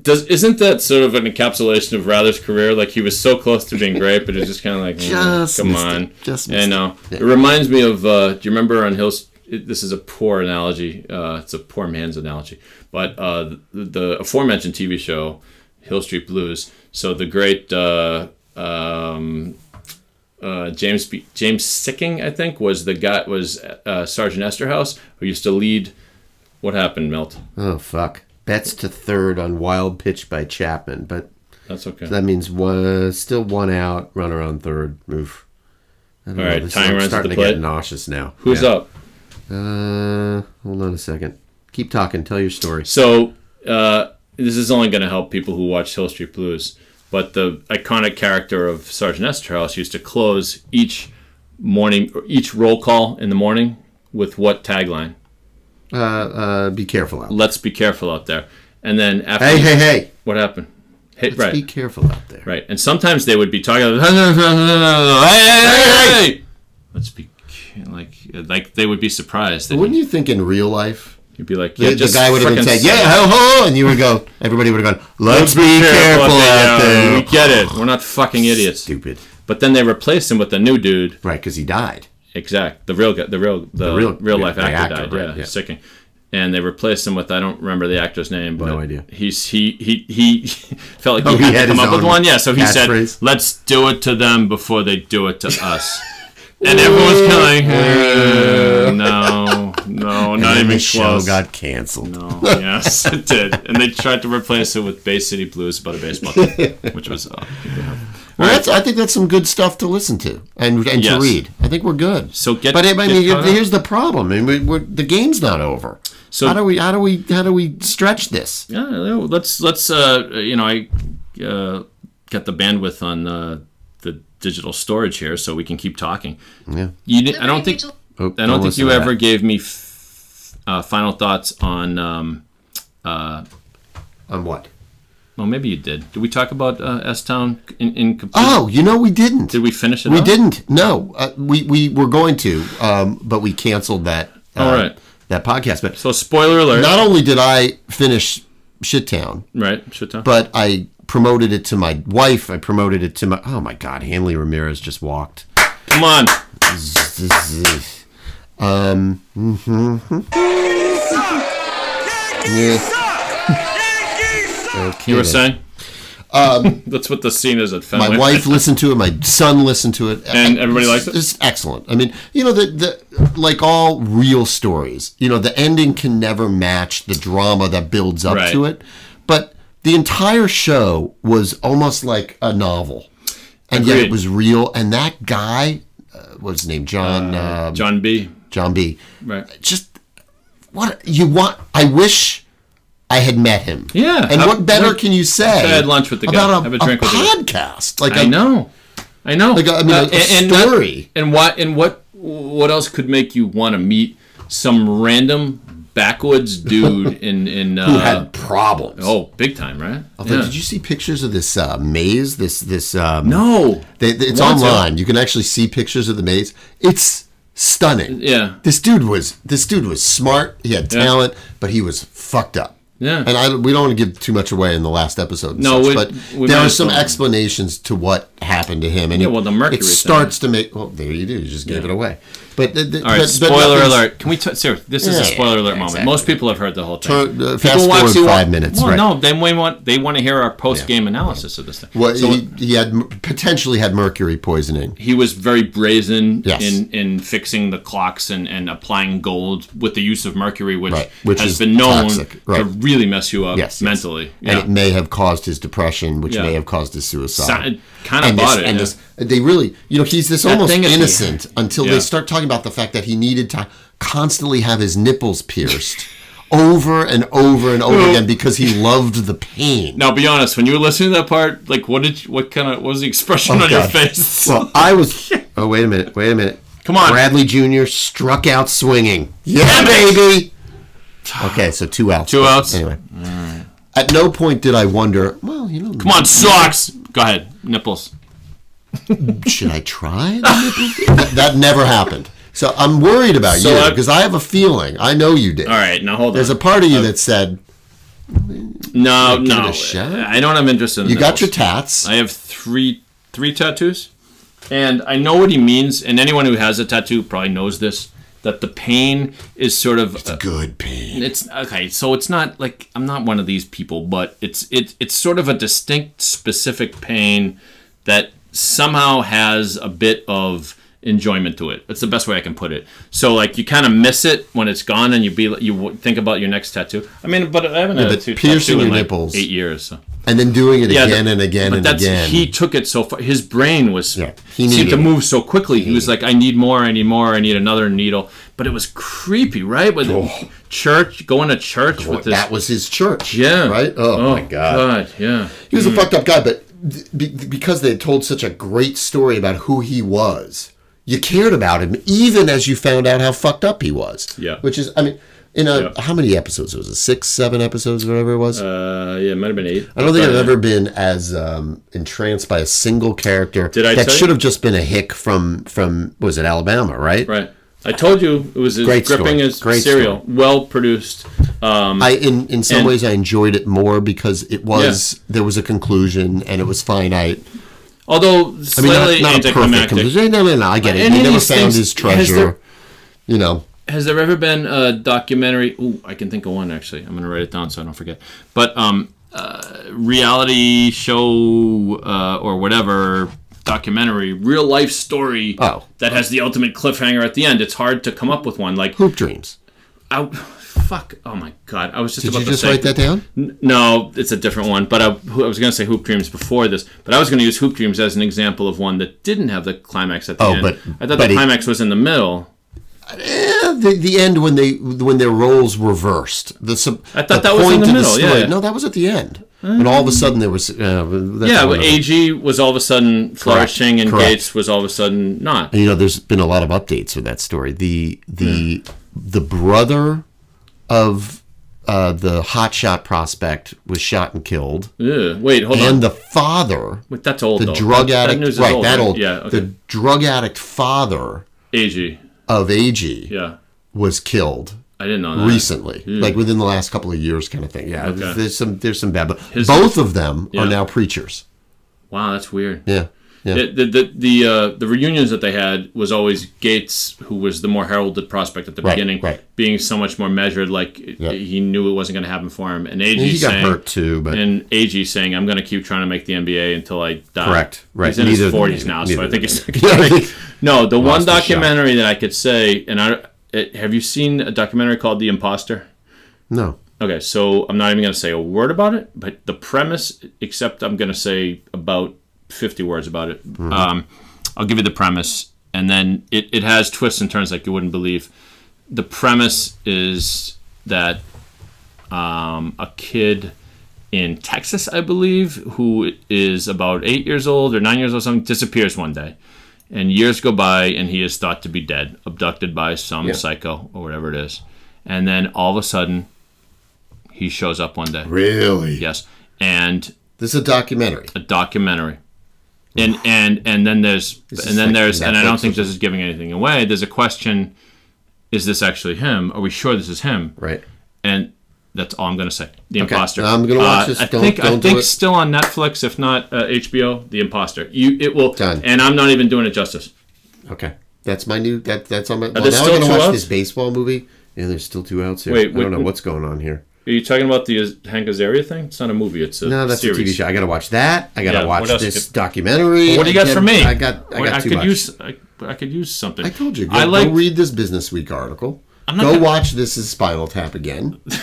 Speaker 9: Does isn't that sort of an encapsulation of Rather's career? Like he was so close to being great, but it's just kind of like, mm,
Speaker 10: Just
Speaker 9: come
Speaker 10: missed
Speaker 9: on,
Speaker 10: it. Just
Speaker 9: I
Speaker 10: missed
Speaker 9: know.
Speaker 10: it.
Speaker 9: It reminds me of. Uh, do you remember on Hills? It, this is a poor analogy. Uh, it's a poor man's analogy, but uh, the, the aforementioned TV show, Hill Street Blues. So the great uh, um, uh, James B- James Sicking, I think, was the guy was uh, Sergeant Esterhaus, who used to lead. What happened, Milt?
Speaker 10: Oh fuck! Bets to third on wild pitch by Chapman, but
Speaker 9: That's okay.
Speaker 10: that means one, still one out, runner on third, move. I don't
Speaker 9: All right,
Speaker 10: this-
Speaker 9: time
Speaker 10: I'm
Speaker 9: runs at
Speaker 10: starting
Speaker 9: the
Speaker 10: to
Speaker 9: plate.
Speaker 10: get nauseous now.
Speaker 9: Who's
Speaker 10: Yeah.
Speaker 9: up?
Speaker 10: Uh, hold on a second. Keep talking. Tell your story.
Speaker 9: So uh, this is only going to help people who watch Hill Street Blues. But the iconic character of Sergeant Esterhaus used to close each morning, or each roll call in the morning with what tagline?
Speaker 10: Uh, uh, be careful out.
Speaker 9: Let's be careful out there. And then after
Speaker 10: Hey, hey, hey!
Speaker 9: what happened? Hit
Speaker 10: Let's
Speaker 9: right,
Speaker 10: be careful out there.
Speaker 9: right. And sometimes they would be talking. Hey, hey, hey, hey, hey. [laughs] Let's be ca- like like they would be surprised.
Speaker 10: Wouldn't
Speaker 9: That
Speaker 10: you think in real life
Speaker 9: you'd be like,
Speaker 10: the,
Speaker 9: yeah, just
Speaker 10: the guy would have been
Speaker 9: frickin'
Speaker 10: saying,
Speaker 9: say
Speaker 10: "Yeah,
Speaker 9: it.
Speaker 10: ho ho," and you would go, everybody would have gone, "Let's be careful out
Speaker 9: We
Speaker 10: there."
Speaker 9: get it. We're not fucking idiots.
Speaker 10: Stupid.
Speaker 9: But then they replaced him with a new dude.
Speaker 10: Right, because he died.
Speaker 9: Exact. The real guy. The real. The,
Speaker 10: real-
Speaker 9: real. life
Speaker 10: the
Speaker 9: actor,
Speaker 10: actor,
Speaker 9: died.
Speaker 10: right,
Speaker 9: yeah,
Speaker 10: yeah.
Speaker 9: Sicking. And they replaced him with I don't remember the actor's name, but
Speaker 10: No idea.
Speaker 9: He's he he he [laughs] felt like
Speaker 10: Oh,
Speaker 9: he,
Speaker 10: he
Speaker 9: had,
Speaker 10: had
Speaker 9: to come
Speaker 10: his
Speaker 9: up with
Speaker 10: own
Speaker 9: one. Yeah. So he said,
Speaker 10: catchphrase.
Speaker 9: "Let's do it to them before they do it to
Speaker 10: [laughs]
Speaker 9: us." and everyone's kind of like, "Uh, "No, no, not
Speaker 10: [laughs] And
Speaker 9: even
Speaker 10: the
Speaker 9: close."
Speaker 10: show got canceled.
Speaker 9: No. yes, it did. And they tried to replace it with Bay City Blues about a baseball team,
Speaker 10: [laughs]
Speaker 9: which was. Uh,
Speaker 10: Well, that's, I think that's some good stuff to listen to and, and to
Speaker 9: Yes.
Speaker 10: read. I think we're good.
Speaker 9: So get-
Speaker 10: but I mean,
Speaker 9: get caught up.
Speaker 10: here's the problem. I mean, we- we're, the game's not over.
Speaker 9: So-
Speaker 10: how do we how do we how do we stretch this?
Speaker 9: yeah, no, let's let's uh, you know I uh, got the bandwidth on uh, the digital storage here, so we can keep talking. Yeah, you did, I don't think
Speaker 10: Oh,
Speaker 9: I don't think
Speaker 10: listen
Speaker 9: you
Speaker 10: to
Speaker 9: ever
Speaker 10: that.
Speaker 9: gave me f- uh, final thoughts on. Um,
Speaker 10: on what?
Speaker 9: well, maybe you did. Did we talk about uh, S Town in, in complete?
Speaker 10: Oh, you know we didn't.
Speaker 9: did we finish it?
Speaker 10: We
Speaker 9: up?
Speaker 10: didn't. No, uh, we we were going to, um, but we canceled that. Uh,
Speaker 9: All right.
Speaker 10: That podcast, but
Speaker 9: So spoiler alert.
Speaker 10: not only did I finish Shittown,
Speaker 9: right, shut down.
Speaker 10: but I promoted it to my wife. I promoted it to my. Oh my God, Hanley Ramirez just walked. [laughs]
Speaker 9: Come on.
Speaker 10: Um,
Speaker 4: Yankees suck! Yankees suck!
Speaker 10: okay
Speaker 9: You were
Speaker 10: then.
Speaker 9: saying? Um, [laughs] That's what the scene is at Fenway.
Speaker 10: My wife listened to it. My son listened to it,
Speaker 9: And everybody liked it?
Speaker 10: It's excellent. I mean, you know, the, the like all real stories, you know, the ending can never match the drama that builds up
Speaker 9: Right.
Speaker 10: to it. But the entire show was almost like a novel, and yet it
Speaker 9: Agreed.
Speaker 10: was real. And that guy, uh, what's his name, John um,
Speaker 9: Uh, John B.
Speaker 10: John B.
Speaker 9: Right.
Speaker 10: Just what you want? I wish I had met him.
Speaker 9: Yeah.
Speaker 10: And
Speaker 9: Have-
Speaker 10: what better
Speaker 9: like,
Speaker 10: can you say?
Speaker 9: I had lunch with the guy.
Speaker 10: about a,
Speaker 9: Have a drink with the guy.
Speaker 10: podcast. Like
Speaker 9: I
Speaker 10: a-
Speaker 9: know, I know.
Speaker 10: Like, I mean, a- a
Speaker 9: not-
Speaker 10: story.
Speaker 9: and what? And what? What else could make you want to meet some random backwoods
Speaker 10: [laughs]
Speaker 9: dude in in? Uh,
Speaker 10: who had problems.
Speaker 9: oh, big time, right?
Speaker 10: Although,
Speaker 9: Yeah.
Speaker 10: did you see pictures of this uh, maze? This this um,
Speaker 9: No.
Speaker 10: They, they- it's
Speaker 9: Want to.
Speaker 10: online. You can actually see pictures of the maze. It's stunning.
Speaker 9: Yeah.
Speaker 10: This dude was this dude was smart. He had
Speaker 9: Yeah.
Speaker 10: talent, but he was fucked up.
Speaker 9: Yeah.
Speaker 10: And I we don't want to give too much away in the last episode. and
Speaker 9: No,
Speaker 10: such,
Speaker 9: we-
Speaker 10: but
Speaker 9: we
Speaker 10: there
Speaker 9: might
Speaker 10: are
Speaker 9: as
Speaker 10: some
Speaker 9: well.
Speaker 10: explanations to what happened to him. And
Speaker 9: Yeah,
Speaker 10: it-
Speaker 9: well, the mercury
Speaker 10: It
Speaker 9: thing.
Speaker 10: starts to make. Well, there you do. You just gave
Speaker 9: Yeah.
Speaker 10: it away. But the, the,
Speaker 9: All right,
Speaker 10: but- but
Speaker 9: spoiler
Speaker 10: nothing's-
Speaker 9: alert. Can we t- Sarah, this is a
Speaker 10: Yeah,
Speaker 9: spoiler alert moment.
Speaker 10: exactly.
Speaker 9: Most people have heard the whole thing.
Speaker 10: Turn- uh, fast forward
Speaker 9: they
Speaker 10: five
Speaker 9: want-
Speaker 10: minutes,
Speaker 9: Well,
Speaker 10: right.
Speaker 9: no, they may want they want to hear our post game analysis of this thing.
Speaker 10: Well,
Speaker 9: So-
Speaker 10: he, he had potentially had mercury poisoning.
Speaker 9: he was very brazen
Speaker 10: Yes.
Speaker 9: in, in fixing the clocks and, and applying gold with the use of mercury, which,
Speaker 10: Right, which
Speaker 9: has
Speaker 10: is
Speaker 9: been known
Speaker 10: toxic,
Speaker 9: to
Speaker 10: right.
Speaker 9: really mess you up
Speaker 10: Yes, yes.
Speaker 9: mentally.
Speaker 10: and it may have caused his depression, which
Speaker 9: Yeah.
Speaker 10: may have caused his
Speaker 9: Sound-
Speaker 10: suicide.
Speaker 9: kinda
Speaker 10: And this-
Speaker 9: bought it,
Speaker 10: And
Speaker 9: yeah.
Speaker 10: this, they really, you know, he's this
Speaker 9: That
Speaker 10: almost
Speaker 9: thing at the- [laughs]
Speaker 10: innocent until
Speaker 9: Yeah.
Speaker 10: they start talking about the fact that he needed to constantly have his nipples pierced [laughs] over and over and over again because he loved the pain.
Speaker 9: Now, be honest. When you were listening to that part, like, what did you, what kind of what was the expression on your
Speaker 10: Oh, God.
Speaker 9: face?
Speaker 10: Well, I
Speaker 9: [laughs]
Speaker 10: was. Oh wait a minute! Wait a minute!
Speaker 9: Come on.
Speaker 10: Bradley Jr. struck out swinging. Yeah, baby. Okay, so two outs.
Speaker 9: Two outs.
Speaker 10: Anyway, at no point did I wonder. Well, you know,
Speaker 9: Come on, socks. Go ahead, nipples.
Speaker 10: should I try? the nipple? that, that never happened. So I'm worried about
Speaker 9: So
Speaker 10: you
Speaker 9: I-
Speaker 10: because I have a feeling. I know you did.
Speaker 9: All right, Uh, now hold
Speaker 10: There's a
Speaker 9: on.
Speaker 10: part of you that said
Speaker 9: no,
Speaker 10: Give it
Speaker 9: no.
Speaker 10: a shot?
Speaker 9: I don't have interest in.
Speaker 10: you got
Speaker 9: nipples.
Speaker 10: your tats.
Speaker 9: I have three three tattoos, and I know what he means. And anyone who has a tattoo probably knows this. That the pain is sort of uh,
Speaker 10: Good pain.
Speaker 9: it's okay so it's not like i'm not one of these people but it's it, it's sort of a distinct specific pain that somehow has a bit of enjoyment to it that's the best way i can put it so like you kind of miss it when it's gone and you be you w- think about your next tattoo i mean but i haven't had a
Speaker 10: but
Speaker 9: tattoo
Speaker 10: piercing
Speaker 9: in
Speaker 10: your
Speaker 9: like
Speaker 10: nipples-
Speaker 9: eight years so.
Speaker 10: And then doing it
Speaker 9: the-
Speaker 10: again and again
Speaker 9: but
Speaker 10: and
Speaker 9: that's,
Speaker 10: again.
Speaker 9: He took it so far. His brain was
Speaker 10: Yeah, he
Speaker 9: he seemed
Speaker 10: needed
Speaker 9: to
Speaker 10: it.
Speaker 9: move so quickly. He was like, "I need more. I need more. I need another needle." But it was creepy, right? With church, going to church with this.
Speaker 10: Oh. that was his church.
Speaker 9: yeah.
Speaker 10: Right? Oh, my God.
Speaker 9: Yeah.
Speaker 10: He was a fucked up guy, but th- be- because they had told such a great story about who he was, you cared about him even as you found out how fucked up he was.
Speaker 9: Yeah.
Speaker 10: Which is, I mean, in a,
Speaker 9: Yeah.
Speaker 10: how many episodes was it? Six, seven episodes, whatever it was?
Speaker 9: Uh, yeah. It might have been eight.
Speaker 10: I don't think
Speaker 9: But,
Speaker 10: I've
Speaker 9: uh,
Speaker 10: ever been as um, entranced by a single character
Speaker 9: Did I
Speaker 10: that
Speaker 9: tell you?
Speaker 10: should have just been a hick from from was it Alabama, right?
Speaker 9: Right. I told you it was as
Speaker 10: Great story.
Speaker 9: gripping as
Speaker 10: Great
Speaker 9: cereal. Well produced.
Speaker 10: I in in some
Speaker 9: And-
Speaker 10: ways I enjoyed it more because it was there was a conclusion and it was finite.
Speaker 9: Although
Speaker 10: I mean,
Speaker 9: slightly
Speaker 10: not, not a perfect
Speaker 9: anticlimactic.
Speaker 10: conclusion. No, no, no. I get it.
Speaker 9: Any
Speaker 10: He
Speaker 9: of
Speaker 10: never
Speaker 9: these
Speaker 10: found
Speaker 9: things-
Speaker 10: his
Speaker 9: has
Speaker 10: treasure.
Speaker 9: there-
Speaker 10: you know,
Speaker 9: Has there ever been a documentary? Ooh, I can think of one actually. I'm gonna write it down so I don't forget. But um, uh, reality show uh, or whatever documentary, real life story
Speaker 10: Oh.
Speaker 9: that has the ultimate cliffhanger at the end. It's hard to come up with one. Like,
Speaker 10: hoop dreams.
Speaker 9: I, fuck, oh my god, I was just
Speaker 10: Did
Speaker 9: about
Speaker 10: you
Speaker 9: to
Speaker 10: just
Speaker 9: say,
Speaker 10: write that down?
Speaker 9: N- No, it's a different one. But I, who- I was going to say Hoop Dreams before this, but I was going to use Hoop Dreams as an example of one that didn't have the climax at the
Speaker 10: Oh,
Speaker 9: end.
Speaker 10: but-
Speaker 9: I thought
Speaker 10: but
Speaker 9: the
Speaker 10: it-
Speaker 9: climax was in the middle.
Speaker 10: Eh, the, the end when they when their roles reversed. The sub,
Speaker 9: I thought that was in the
Speaker 10: of
Speaker 9: middle, yeah.
Speaker 10: story- No, that was at the end. When all of a sudden there was uh, that's
Speaker 9: Yeah, but
Speaker 10: another-
Speaker 9: AG was all of a sudden flourishing, and
Speaker 10: correct.
Speaker 9: Gates was all of a sudden not.
Speaker 10: you know there's been a lot of updates with that story the the
Speaker 9: Hmm.
Speaker 10: the brother of uh, the hotshot prospect was shot and killed
Speaker 9: Ugh. Wait, hold on.
Speaker 10: and the father
Speaker 9: Wait, that's old.
Speaker 10: the
Speaker 9: though.
Speaker 10: drug
Speaker 9: That- that
Speaker 10: addict
Speaker 9: news is
Speaker 10: right that old
Speaker 9: Yeah. Okay.
Speaker 10: the drug addict father
Speaker 9: AG.
Speaker 10: of AG
Speaker 9: Yeah.
Speaker 10: was killed
Speaker 9: I didn't know that. Hmm.
Speaker 10: recently like within the last couple of years kind of thing yeah
Speaker 9: Okay.
Speaker 10: there's some there's some bad but both of them
Speaker 9: Yeah.
Speaker 10: are now preachers
Speaker 9: Wow, that's weird.
Speaker 10: yeah yeah
Speaker 9: The the the the, uh, the reunions that they had was always Gates, who was the more heralded prospect at the
Speaker 10: Right,
Speaker 9: beginning,
Speaker 10: right.
Speaker 9: being so much more measured. Like he knew it wasn't going to happen for him, and AG
Speaker 10: he got
Speaker 9: saying,
Speaker 10: hurt too but
Speaker 9: and AG saying, "I'm going to keep trying to make the NBA until I die."
Speaker 10: Correct, right.
Speaker 9: uh, He's in
Speaker 10: Neither-
Speaker 9: his 40s now, so I
Speaker 10: neither-
Speaker 9: think he's.
Speaker 10: [laughs] Yeah, right.
Speaker 9: no, the one
Speaker 10: Lost his shot.
Speaker 9: documentary that I could say, and I it, have you seen a documentary called The Imposter?
Speaker 10: no
Speaker 9: Okay, so I'm not even going to say a word about it, but the premise, except I'm going to say about 50 words about it. Um, I'll give you the premise, and then it, it has twists and turns like you wouldn't believe. The premise is that um, a kid in Texas, I believe, who is about eight years old or nine years old, something, disappears one day. And years go by, and he is thought to be dead, abducted by some psycho or whatever it is. And then all of a sudden, he shows up one day.
Speaker 10: Really?
Speaker 9: Yes. And
Speaker 10: This is a documentary.
Speaker 9: a documentary. And and and then there's and then
Speaker 10: like
Speaker 9: there's and I don't
Speaker 10: Netflix
Speaker 9: think this is giving anything away. There's a question: Is this actually him? Are we sure this is him?
Speaker 10: Right.
Speaker 9: And that's all I'm going to say. The Imposter. Uh,
Speaker 10: I'm gonna watch this.
Speaker 9: I
Speaker 10: Don't-
Speaker 9: think I
Speaker 10: don't do
Speaker 9: think
Speaker 10: it.
Speaker 9: still on Netflix, if not uh, HBO. The Imposter. You it will.
Speaker 10: Done.
Speaker 9: And I'm not even doing it justice.
Speaker 10: Okay. That's my new. That that's on my. Well,
Speaker 9: there
Speaker 10: now I'm
Speaker 9: still
Speaker 10: gonna
Speaker 9: two
Speaker 10: watch
Speaker 9: outs?
Speaker 10: this baseball movie. And there's still two outs here.
Speaker 9: Wait,
Speaker 10: I
Speaker 9: wait,
Speaker 10: don't know
Speaker 9: wait.
Speaker 10: what's going on here.
Speaker 9: Are you talking about the uh, Hank Azaria thing? It's not a movie. It's a
Speaker 10: No, that's
Speaker 9: series.
Speaker 10: a TV show. I gotta watch that. I gotta
Speaker 9: Yeah,
Speaker 10: watch
Speaker 9: what else
Speaker 10: this
Speaker 9: could-
Speaker 10: documentary.
Speaker 9: What do you
Speaker 10: I
Speaker 9: got
Speaker 10: get-
Speaker 9: for me?
Speaker 10: I got. I
Speaker 9: Wait,
Speaker 10: got too
Speaker 9: could
Speaker 10: much.
Speaker 9: use. I, I could use something.
Speaker 10: I told you. Go,
Speaker 9: I like
Speaker 10: go read this Business Week article.
Speaker 9: not
Speaker 10: go
Speaker 9: gonna-
Speaker 10: watch this is Spinal Tap again. It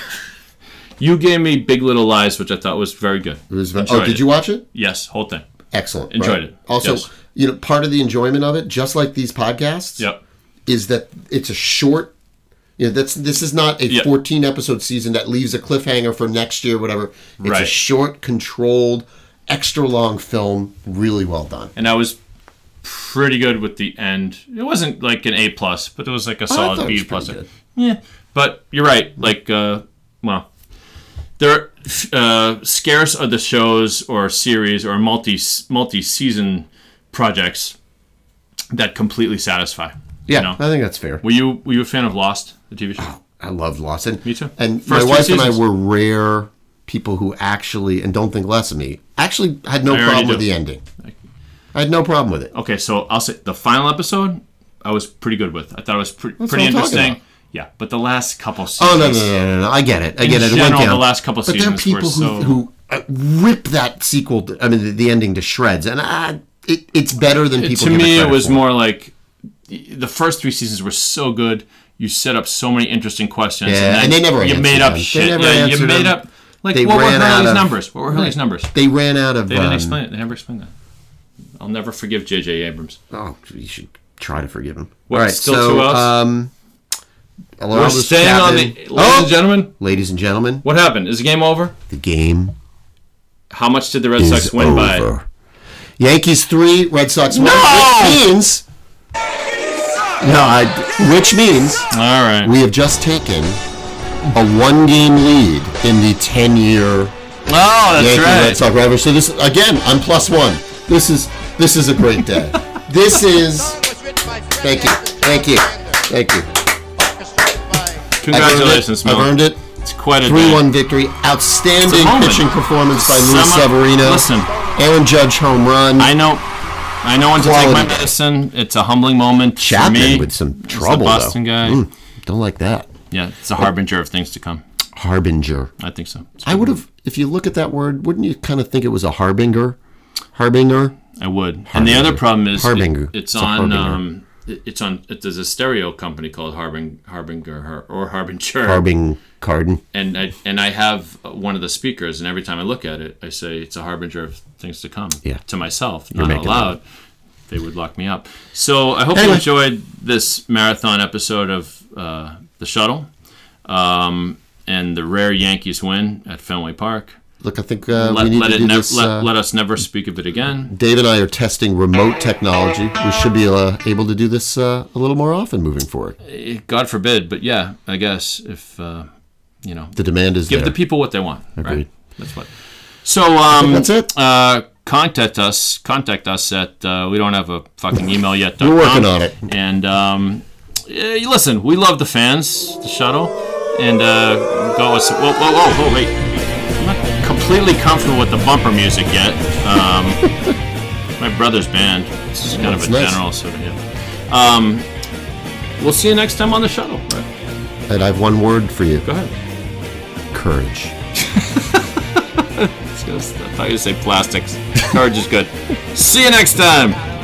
Speaker 9: You gave me Big Little Lies, which I thought was very good.
Speaker 10: was ve-
Speaker 9: Enjoyed
Speaker 10: oh, did
Speaker 9: it.
Speaker 10: you watch it?
Speaker 9: Yes, whole thing.
Speaker 10: Excellent.
Speaker 9: Enjoyed
Speaker 10: right?
Speaker 9: it,
Speaker 10: Also,
Speaker 9: yes.
Speaker 10: you know, part of the enjoyment of it, just like these podcasts,
Speaker 9: Yep.
Speaker 10: is that it's a short. You know, that's this is not a
Speaker 9: Yeah.
Speaker 10: 14 episode season that leaves a cliffhanger for next year, whatever. It's a
Speaker 9: Right.
Speaker 10: short, controlled, extra long film. Really well done.
Speaker 9: And I was pretty good with the end. It wasn't like an A plus, but it was like a
Speaker 10: Oh, thought
Speaker 9: solid
Speaker 10: it
Speaker 9: B
Speaker 10: was
Speaker 9: plus.
Speaker 10: pretty good.
Speaker 9: Yeah. But you're right. Like, uh, well, there uh, scarce are the shows or series or multi multi season projects that completely satisfy.
Speaker 10: Yeah,
Speaker 9: know?
Speaker 10: I think that's fair.
Speaker 9: Were you were you a fan of Lost, the TV show?
Speaker 10: I loved Lost. And,
Speaker 9: Me too.
Speaker 10: And
Speaker 9: First
Speaker 10: my
Speaker 9: two
Speaker 10: wife and I
Speaker 9: seasons.
Speaker 10: were rare people who actually, and don't think less of me, actually had no
Speaker 9: I already
Speaker 10: problem with
Speaker 9: do.
Speaker 10: the ending. I had no problem with it.
Speaker 9: Okay, so I'll say the final episode I was pretty good with. I thought it was pre- pretty
Speaker 10: what I'm talking
Speaker 9: interesting.
Speaker 10: about.
Speaker 9: Yeah, but the last couple seasons.
Speaker 10: Oh, no, no, no, no, no, no. I get it. I get it. It went
Speaker 9: general,
Speaker 10: down.
Speaker 9: the last couple
Speaker 10: but there are
Speaker 9: seasons were
Speaker 10: people who,
Speaker 9: so-
Speaker 10: who uh, rip that sequel, to, I mean, the, the ending to shreds. And I, it, it's better than people
Speaker 9: to
Speaker 10: give
Speaker 9: me, it
Speaker 10: credit
Speaker 9: was
Speaker 10: for.
Speaker 9: more like the first three seasons were so good. You set up so many interesting questions.
Speaker 10: Yeah, and they never
Speaker 9: you
Speaker 10: answered
Speaker 9: made up
Speaker 10: them. They
Speaker 9: shit.
Speaker 10: never
Speaker 9: yeah, you
Speaker 10: answered
Speaker 9: made
Speaker 10: them.
Speaker 9: up like
Speaker 10: They
Speaker 9: what were
Speaker 10: ran out
Speaker 9: Hurley's
Speaker 10: of-
Speaker 9: numbers? What were Hurley's numbers? They
Speaker 10: They ran out of.
Speaker 9: didn't
Speaker 10: um,
Speaker 9: explain it. They never explained that. I'll never forgive J.J. Abrams.
Speaker 10: Oh, you should try to forgive him.
Speaker 9: What,
Speaker 10: All right,
Speaker 9: still
Speaker 10: so,
Speaker 9: two outs?
Speaker 10: Um,
Speaker 9: We're
Speaker 10: Alara's
Speaker 9: staying on the
Speaker 10: cabin.
Speaker 9: ladies
Speaker 10: oh,
Speaker 9: and gentlemen.
Speaker 10: ladies and gentlemen,
Speaker 9: What happened? Is the game over?
Speaker 10: the game
Speaker 9: How much did the Red
Speaker 10: is
Speaker 9: Sox win by?
Speaker 10: over. Yankees three, Red Sox one. Which means no, I, which means
Speaker 9: All right.
Speaker 10: we have just taken a one-game lead in the ten-year
Speaker 9: Oh, that's
Speaker 10: Yankee Red
Speaker 9: right.
Speaker 10: Sox rivalry. So this again, I'm plus one. This is this is a
Speaker 9: [laughs]
Speaker 10: great day. this is thank you, thank you, thank you. I've earned it.
Speaker 9: Congratulations,
Speaker 10: I've
Speaker 9: Mel.
Speaker 10: earned it.
Speaker 9: It's quite a day.
Speaker 10: Three-one victory.
Speaker 9: It's
Speaker 10: Outstanding
Speaker 9: a moment.
Speaker 10: pitching performance by Luis
Speaker 9: Summer-
Speaker 10: Severino.
Speaker 9: Listen.
Speaker 10: Aaron Judge home run.
Speaker 9: I know. I know when to take my
Speaker 10: Quality.
Speaker 9: medicine. It's a humbling moment
Speaker 10: Chapman
Speaker 9: for me.
Speaker 10: with some
Speaker 9: It's
Speaker 10: trouble,
Speaker 9: The Boston
Speaker 10: though.
Speaker 9: guy.
Speaker 10: Mm, don't like that.
Speaker 9: Yeah, it's a harbinger of things to come.
Speaker 10: Harbinger.
Speaker 9: I think so. It's
Speaker 10: I would have, if you look at that word, wouldn't you kind of think it was a harbinger? Harbinger?
Speaker 9: I would. And the other problem is it-
Speaker 10: Harbinger.
Speaker 9: it's,
Speaker 10: It's a
Speaker 9: on.
Speaker 10: harbinger.
Speaker 9: Um, it- it's on. It, there's a stereo company called Harbing, Harbinger Har- or Harbinger.
Speaker 10: Harbing Carden.
Speaker 9: and I and I have one of the speakers, and every time I look at it, I say it's a harbinger of things to come.
Speaker 10: Yeah.
Speaker 9: To myself, not out
Speaker 10: making
Speaker 9: loud. They would lock me up. So I hope
Speaker 10: Anyway.
Speaker 9: you enjoyed this marathon episode of uh, the shuttle, um, and the rare Yankees win at Fenway Park.
Speaker 10: Look, I think uh,
Speaker 9: Let
Speaker 10: we need
Speaker 9: let
Speaker 10: to
Speaker 9: it
Speaker 10: do
Speaker 9: nev-
Speaker 10: this.
Speaker 9: let,
Speaker 10: uh,
Speaker 9: let us never speak of it again.
Speaker 10: Dave and I are testing remote technology. We should be uh, able to do this uh, a little more often moving forward.
Speaker 9: Eh, God forbid, but yeah, I guess if uh, you know,
Speaker 10: The demand is
Speaker 9: give
Speaker 10: there.
Speaker 9: the people what they want.
Speaker 10: Agreed.
Speaker 9: Right. That's what. So um,
Speaker 10: that's it.
Speaker 9: Uh, contact us. Contact us at. Uh, we don't have a fucking email yet.
Speaker 10: We're working on it.
Speaker 9: And um, eh, listen, we love the fans, the shuttle, and uh, go. With, whoa, whoa, whoa, whoa, wait. I'm not completely comfortable with the bumper music yet. Um, [laughs] my brother's band. This is kind of
Speaker 10: That's
Speaker 9: a
Speaker 10: nice.
Speaker 9: general sort of. Yeah. Um, we'll see you next time on the shuttle.
Speaker 10: and I have one word for you
Speaker 9: Go ahead.
Speaker 10: courage. [laughs]
Speaker 9: It's just- I thought you say plastics. Courage is good. See you next time.